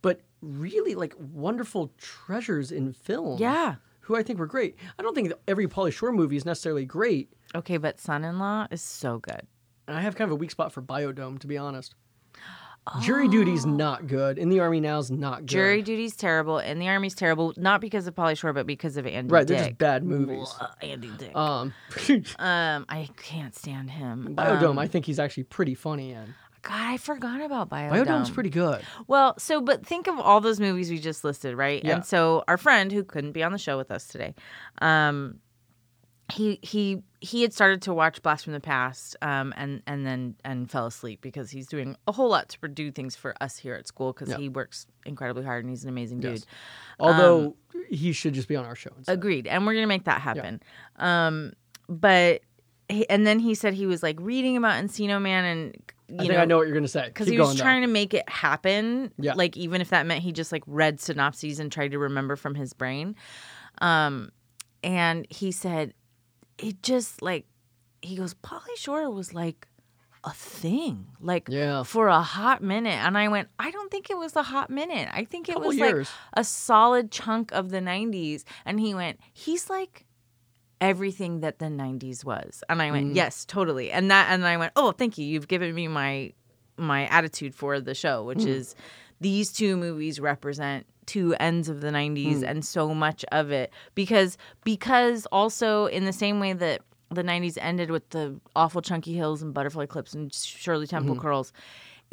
But really, like, wonderful treasures in film.
Yeah.
Who I think were great. I don't think that every Polly Shore movie is necessarily great.
Okay, but son-in-law is so good.
And I have kind of a weak spot for Biodome, to be honest. Jury duty's not good. In the Army now is not good.
Oh. Jury duty's terrible, and the army's terrible, not because of Polly Shore, but because of Andy.
Right,
Dick.
they're just bad movies.
Ugh, Andy Dick.
Um, [LAUGHS]
um, I can't stand him.
Biodome,
Um,
I think he's actually pretty funny in.
God, I forgot about Biodome.
Biodome's pretty good.
Well, so but think of all those movies we just listed, right?
Yeah.
And so our friend who couldn't be on the show with us today, um, he he he had started to watch Blast from the Past, um, and and then and fell asleep because he's doing a whole lot to do things for us here at school because
Yeah.
he works incredibly hard and he's an amazing
Yes.
dude.
Although he should just be on our show. Instead.
Agreed, and we're gonna make that happen. Um, but he, and then he said he was like reading about Encino Man and. You
I think
know,
I know what you're going to say.
because
Keep
he was
going, though.
trying to make it happen.
Yeah.
Like even if that meant he just like read synopses and tried to remember from his brain. Um, and he said it just like he goes, Polly Shore was like a thing. Like
Yeah.
for a hot minute. And I went, I don't think it was a hot minute. I think it
Couple
was
years.
like a solid chunk of the nineties. And he went, He's like everything that the 90s was and i went yes totally and that and i went oh thank you you've given me my my attitude for the show which is these two movies represent two ends of the 90s and so much of it because because also in the same way that the 90s ended with the awful chunky hills and butterfly clips and shirley temple curls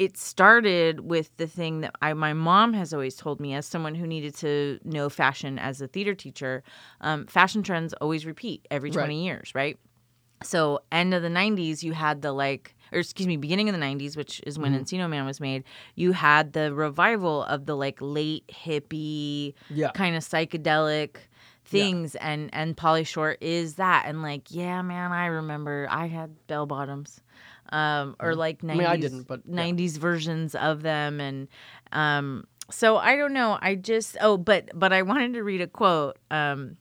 it started with the thing that I, my mom has always told me as someone who needed to know fashion as a theater teacher um, fashion trends always repeat every 20 years right so end of the 90s you had the like or excuse me beginning of the 90s which is when encino man was made you had the revival of the like late hippie
Yeah.
kind of psychedelic things and and polly short is that and like yeah man i remember i had bell bottoms um or like 90s
mean, Mm-hmm. I didn't, but, yeah.
90s versions of them and um so i don't know i just oh but but i wanted to read a quote um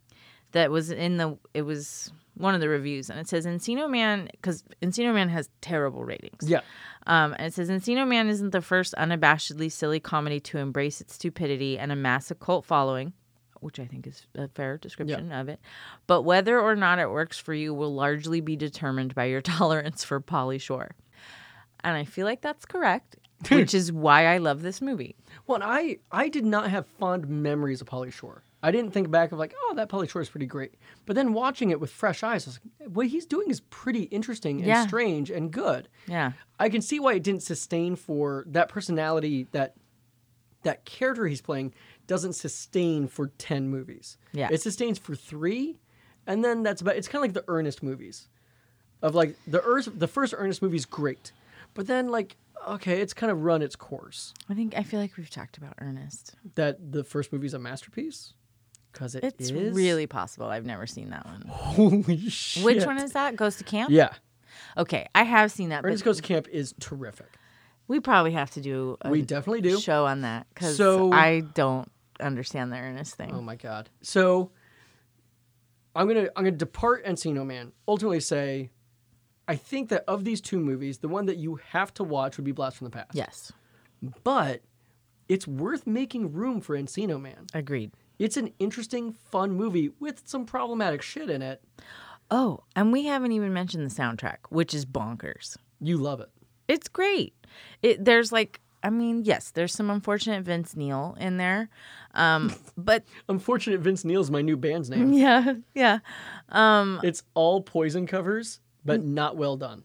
that was in the it was one of the reviews and it says Encino Man because Encino Man has terrible ratings.
Yeah.
Um, and it says Encino Man isn't the first unabashedly silly comedy to embrace its stupidity and amass a cult following, which I think is a fair description of it. But whether or not it works for you will largely be determined by your [LAUGHS] tolerance for Polly Shore. And I feel like that's [LAUGHS] correct, which is why I love this movie.
Well, and I I did not have fond memories of Polly Shore. I didn't think back of like, oh, that Polly Shore is pretty great. But then watching it with fresh eyes, I was like, what he's doing is pretty interesting and
Yeah.
strange and good.
Yeah.
I can see why it didn't sustain for that personality that that character he's playing doesn't sustain for ten movies.
Yeah.
it sustains for three, and then that's about. It's kind of like the Ernest movies, of like the Ernest, the first Ernest movie is great, but then like okay, it's kind of run its course.
I think I feel like we've talked about Ernest.
That the first movie's a masterpiece because it
It's
is.
really possible. I've never seen that one.
[LAUGHS] holy shit.
Which one is that? Goes to camp?
Yeah,
Okay, I have seen that,
Ernest
but
Goes to Camp is terrific.
we probably have to do a
We definitely do.
show on that because
So-
I don't understand the earnest thing.
Oh my god. So I'm gonna I'm gonna depart Encino Man. Ultimately, say I think that of these two movies, the one that you have to watch would be Blast from the Past.
Yes,
But it's worth making room for Encino Man.
agreed.
It's an interesting, fun movie with some problematic shit in it.
Oh, and we haven't even mentioned the soundtrack, which is bonkers.
You love it.
It's great. It there's like I mean, yes, there's some unfortunate Vince Neil in there. [LAUGHS] Um, but
Unfortunate Vince Neil's my new band's name.
yeah, yeah. Um,
it's all poison covers, but not well done.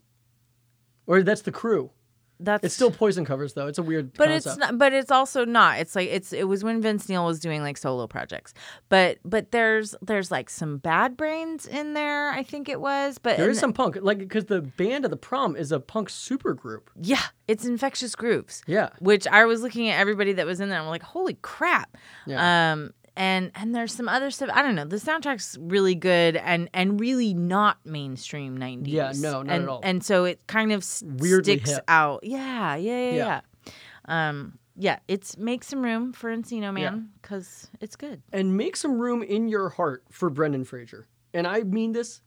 Or that's the crew.
that's
It's still poison covers though. It's a weird
but
concept.
it's not but it's also not it's like it's it was when vince neil was doing like solo projects but but there's there's like some bad brains in there i think it was but
there
and
is some punk, like because the band of the prom is a punk supergroup.
yeah it's infectious grooves
Yeah,
which i was looking at everybody that was in there i'm like holy crap
Yeah.
um and and there's some other stuff i don't know the soundtrack's really good and and really not mainstream 90s
Yeah, no, not at
and,
all.
and so it kind of s-
Weirdly
sticks
hip.
out yeah yeah yeah
Yeah.
yeah, um yeah it's make some room for encino man because it's good
and make some room in your heart for Brendan Fraser. And I mean this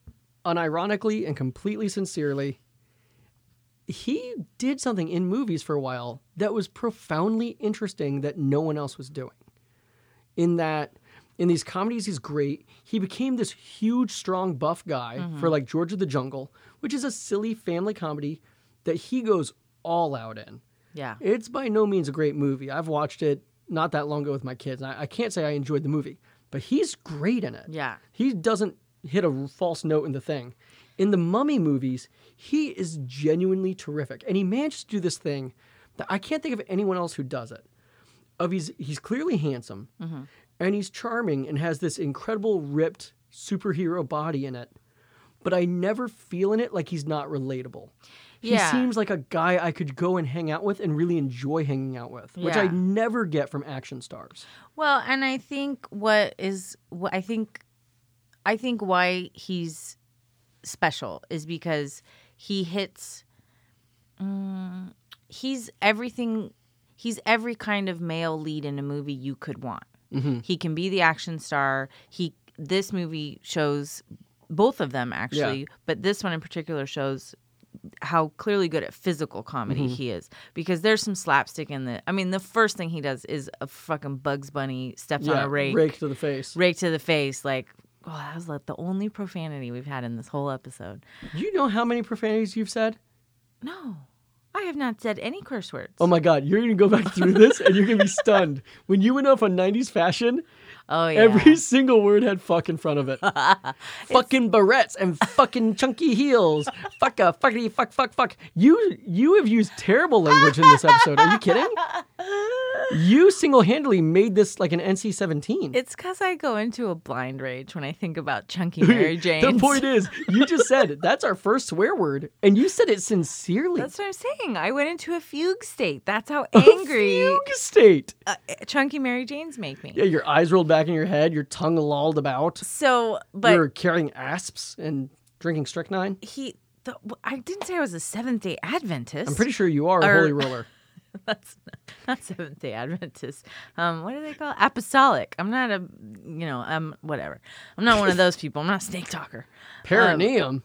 unironically and completely sincerely. He did something in movies for a while that was profoundly interesting that no one else was doing. In that, in these comedies, he's great. He became this huge, strong, buff guy for like George of the Jungle, which is a silly family comedy that he goes all out in.
yeah
It's by no means a great movie. I've watched it not that long ago with my kids, and I, I can't say I enjoyed the movie, but he's great in it.
yeah
He doesn't hit a false note in the thing. In the Mummy movies, he is genuinely terrific, and he manages to do this thing that I can't think of anyone else who does it. Of he's he's clearly handsome,
Mm-hmm.
and he's charming, and has this incredible ripped superhero body in it. But I never feel in it like he's not relatable. He
Yeah.
seems like a guy I could go and hang out with and really enjoy hanging out with, which I
Yeah.
never get from action stars.
Well, and I think what is what I think I think why he's special is because he hits mm, he's everything he's every kind of male lead in a movie you could want.
Mm-hmm.
He can be the action star. He this movie shows both of them actually, but this one in particular shows how clearly good at physical comedy
Mm-hmm.
he is because there's some slapstick in the I mean the first thing he does is a fucking Bugs Bunny steps on a rake, rake
rake to the face.
to the face like oh that was like the only profanity we've had in this whole episode.
Do you know how many profanities you've said?
No. I have not said any curse words.
Oh my god, you're gonna go back through this and you're gonna be stunned. When you went off on 90s fashion,
oh yeah.
every single word had fuck in front of
[LAUGHS]
it. fucking barrettes and fucking chunky heels. Fuck a fuckity fuck fuck fuck. You you have used terrible language in this episode. Are you kidding?
[LAUGHS]
You single handedly made this like an NC 17.
it's cuz I go into a blind rage when I think
[LAUGHS]
about chunky Mary Jane.
The point is, you just said [LAUGHS] that's our first swear word, and you said it sincerely.
That's what I'm saying. I went into a fugue state. That's
[LAUGHS]
how angry
Fugue state.
uh, chunky Mary Janes make me.
Yeah, your eyes rolled back in your head, your tongue lolled about.
So, but
you're carrying asps and drinking strychnine.
he the, I didn't say I was a Seventh Day Adventist.
I'm pretty sure you are a
Or-
holy roller.
[LAUGHS] that's not, not Seventh Day Adventist. Um, what do they call it? apostolic? I'm not a you know um whatever. I'm not one of those people. I'm not a snake talker.
Perineum.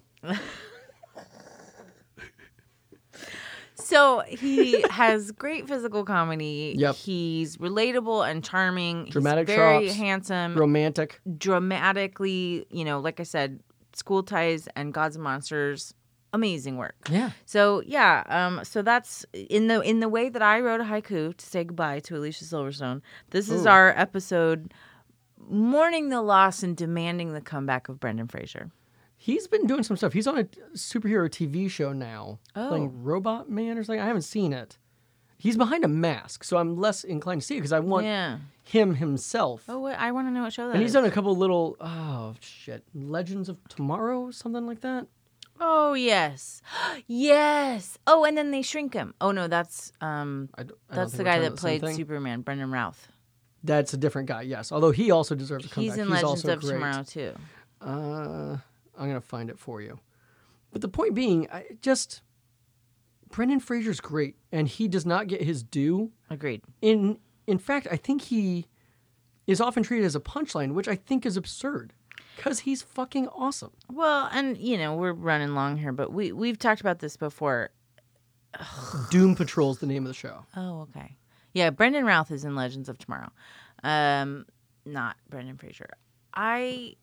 So
[LAUGHS]
he has great physical comedy.
Yep.
He's relatable and charming.
Dramatic
He's very
chops.
handsome.
romantic.
dramatically, you know, like I said, school ties and gods and monsters. Amazing work.
Yeah.
So yeah, um, so that's in the in the way that I wrote a haiku to say goodbye to Alicia Silverstone. This is
Ooh.
our episode mourning the loss and demanding the comeback of Brendan Fraser.
He's been doing some stuff. He's on a superhero TV show now.
Oh.
Playing Robot Man or something. I haven't seen it. He's behind a mask, so I'm less inclined to see it because I want
Yeah.
him himself.
Oh, what, I want to know what show that
and he's
is.
done a couple little, oh, shit, Legends of Tomorrow, something like that.
oh yes, [GASPS] yes. Oh, and then they shrink him. Oh no, that's um,
I d- I don't
that's
think
the
we're
guy
talking
that
about the same
played
thing.
Superman, Brendan Routh.
That's a different guy, yes. Although he also deserves a comeback.
He's in Legends
also
of
great.
Tomorrow too.
Uh, I'm gonna find it for you. But the point being, I just Brendan Fraser's great, and he does not get his due.
Agreed.
In in fact, I think he is often treated as a punchline, which I think is absurd because he's fucking awesome.
Well, and you know we're running long here, but we we've talked about this before.
Doom Patrol's the name of the show.
Oh, okay. Yeah, Brendan Routh is in Legends of Tomorrow. Um, not Brendan Fraser. I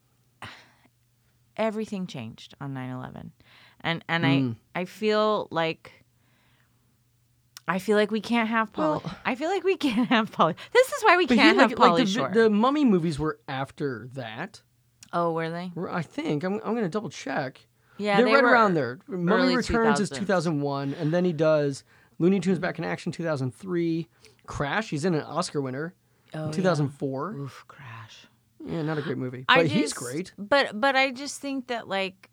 everything changed on 9/11. And and
Mm.
I I feel like I feel like we can't have Polly. I feel like we can't [LAUGHS] have Polly. This is why we
But
can't
he, like,
have
like
Polly
the,
Shore.
the Mummy movies were after that.
oh, were they?
Were- I think I'm, I'm going to double check.
Yeah,
They're
they
right
were.
around there. Mummy
Early
Returns is
2000s.
2001, and then he does Looney Tunes Back in Action 2003. Crash, he's in an Oscar winner.
Oh, yeah.
2004.
Oof, crash.
Yeah. not a great movie,
I
but he's
just-
great.
But but I just think that like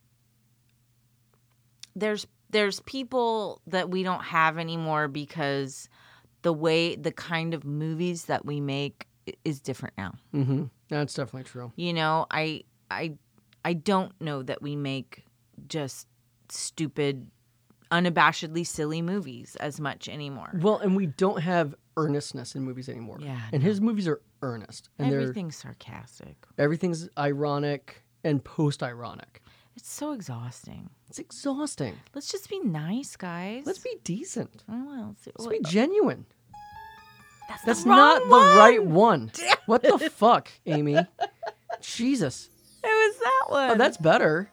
there's there's people that we don't have anymore because the way the kind of movies that we make i- is different now.
hmm That's definitely true.
You know, I I I don't know that we make just stupid unabashedly silly movies as much anymore.
Well, and we don't have earnestness in movies anymore.
Yeah,
and his movies are earnest, and
Everything's sarcastic.
they're everything's ironic and post-ironic.
It's so exhausting.
It's exhausting.
Let's just be nice, guys.
Let's be decent.
Oh, well, see-
Let's be genuine.
that's the
That's
wrong
not the
one.
right
[LAUGHS]
one. What the fuck, Amy? Jesus.
It was that one.
Oh, that's better.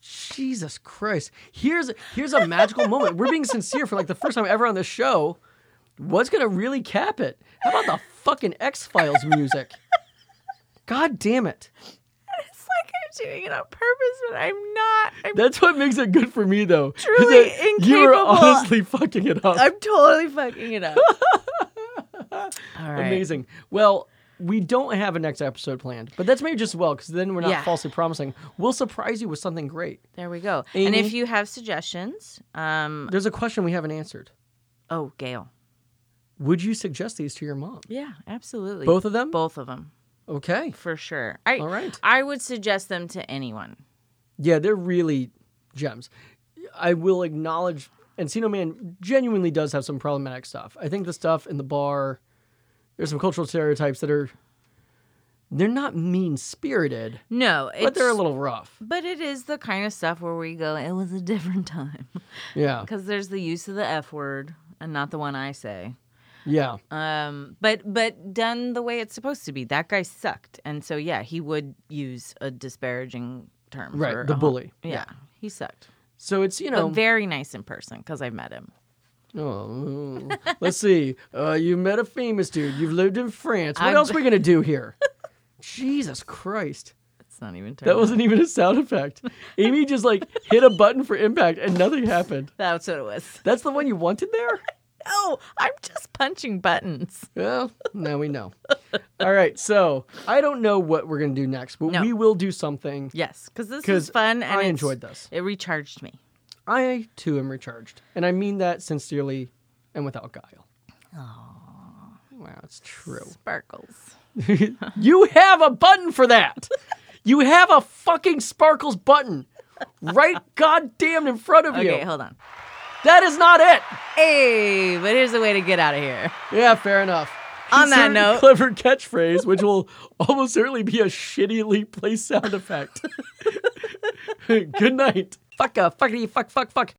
Jesus Christ. Here's here's a magical moment. We're being sincere for like the first time ever on this show. What's gonna really cap it? How about the fucking X Files music? God damn it.
it's like I'm doing it on purpose, but I'm not. I'm,
That's what makes it good for me though. is
Truly
that You were
incapable.
honestly fucking it up.
[LAUGHS] I'm totally fucking
[LAUGHS]
it up. All right.
Amazing. Well, we don't have a next episode planned, but that's maybe just well because then we're not
Yeah.
falsely promising. We'll surprise you with something great.
There we go. And
Amy?
if you have suggestions, um,
There's a question we haven't answered.
oh, Gail.
Would you suggest these to your mom?
Yeah, absolutely.
Both of them?
Both of them,
Okay.
for sure. I,
All right.
I would suggest them to anyone.
Yeah, they're really gems. I will acknowledge Encino Man genuinely does have some problematic stuff. I think the stuff in the bar, there's some cultural stereotypes that are they're not mean spirited,
No, it's,
but they're a little rough.
But it is the kind of stuff where we go. It was a different [LAUGHS] time
Yeah.
because there's the use of the f word and not the one I say.
Yeah.
um but but done the way it's supposed to be that guy sucked and so yeah he would use a disparaging term
Right,
for
the
a hom-
bully.
yeah,
Yeah.
he sucked
So it's, you
but
know,
very nice in person because i've met him
Oh, let's see. Uh, you met a famous dude. You've lived in France. What
I'm-
else are we gonna do here? Jesus Christ!
it's not even terrible.
That wasn't even a sound effect. Amy just like hit a button for impact, and nothing happened.
that's what it was
That's the one you wanted there.
oh i'm just punching buttons
Well, now we know. All right. So I don't know what we're gonna do next, but
No.
we will do something.
yes because this
'Cause
was fun and
I
it's-
enjoyed this.
it recharged me
I too am recharged, and I mean that sincerely and without guile. Oh, wow, it's true.
sparkles
[LAUGHS] You have a button for that. You have a fucking sparkles button right goddamn in front of
okay
you.
hold on
That is not it.
hey but here's a way to get out of here
Yeah, fair enough.
On
Consider
that
it a
note-
clever catchphrase, which will almost certainly be a shittily [LAUGHS]
uh,
placed sound effect. Good night. Fuck a fuckity fuck fuck fuck.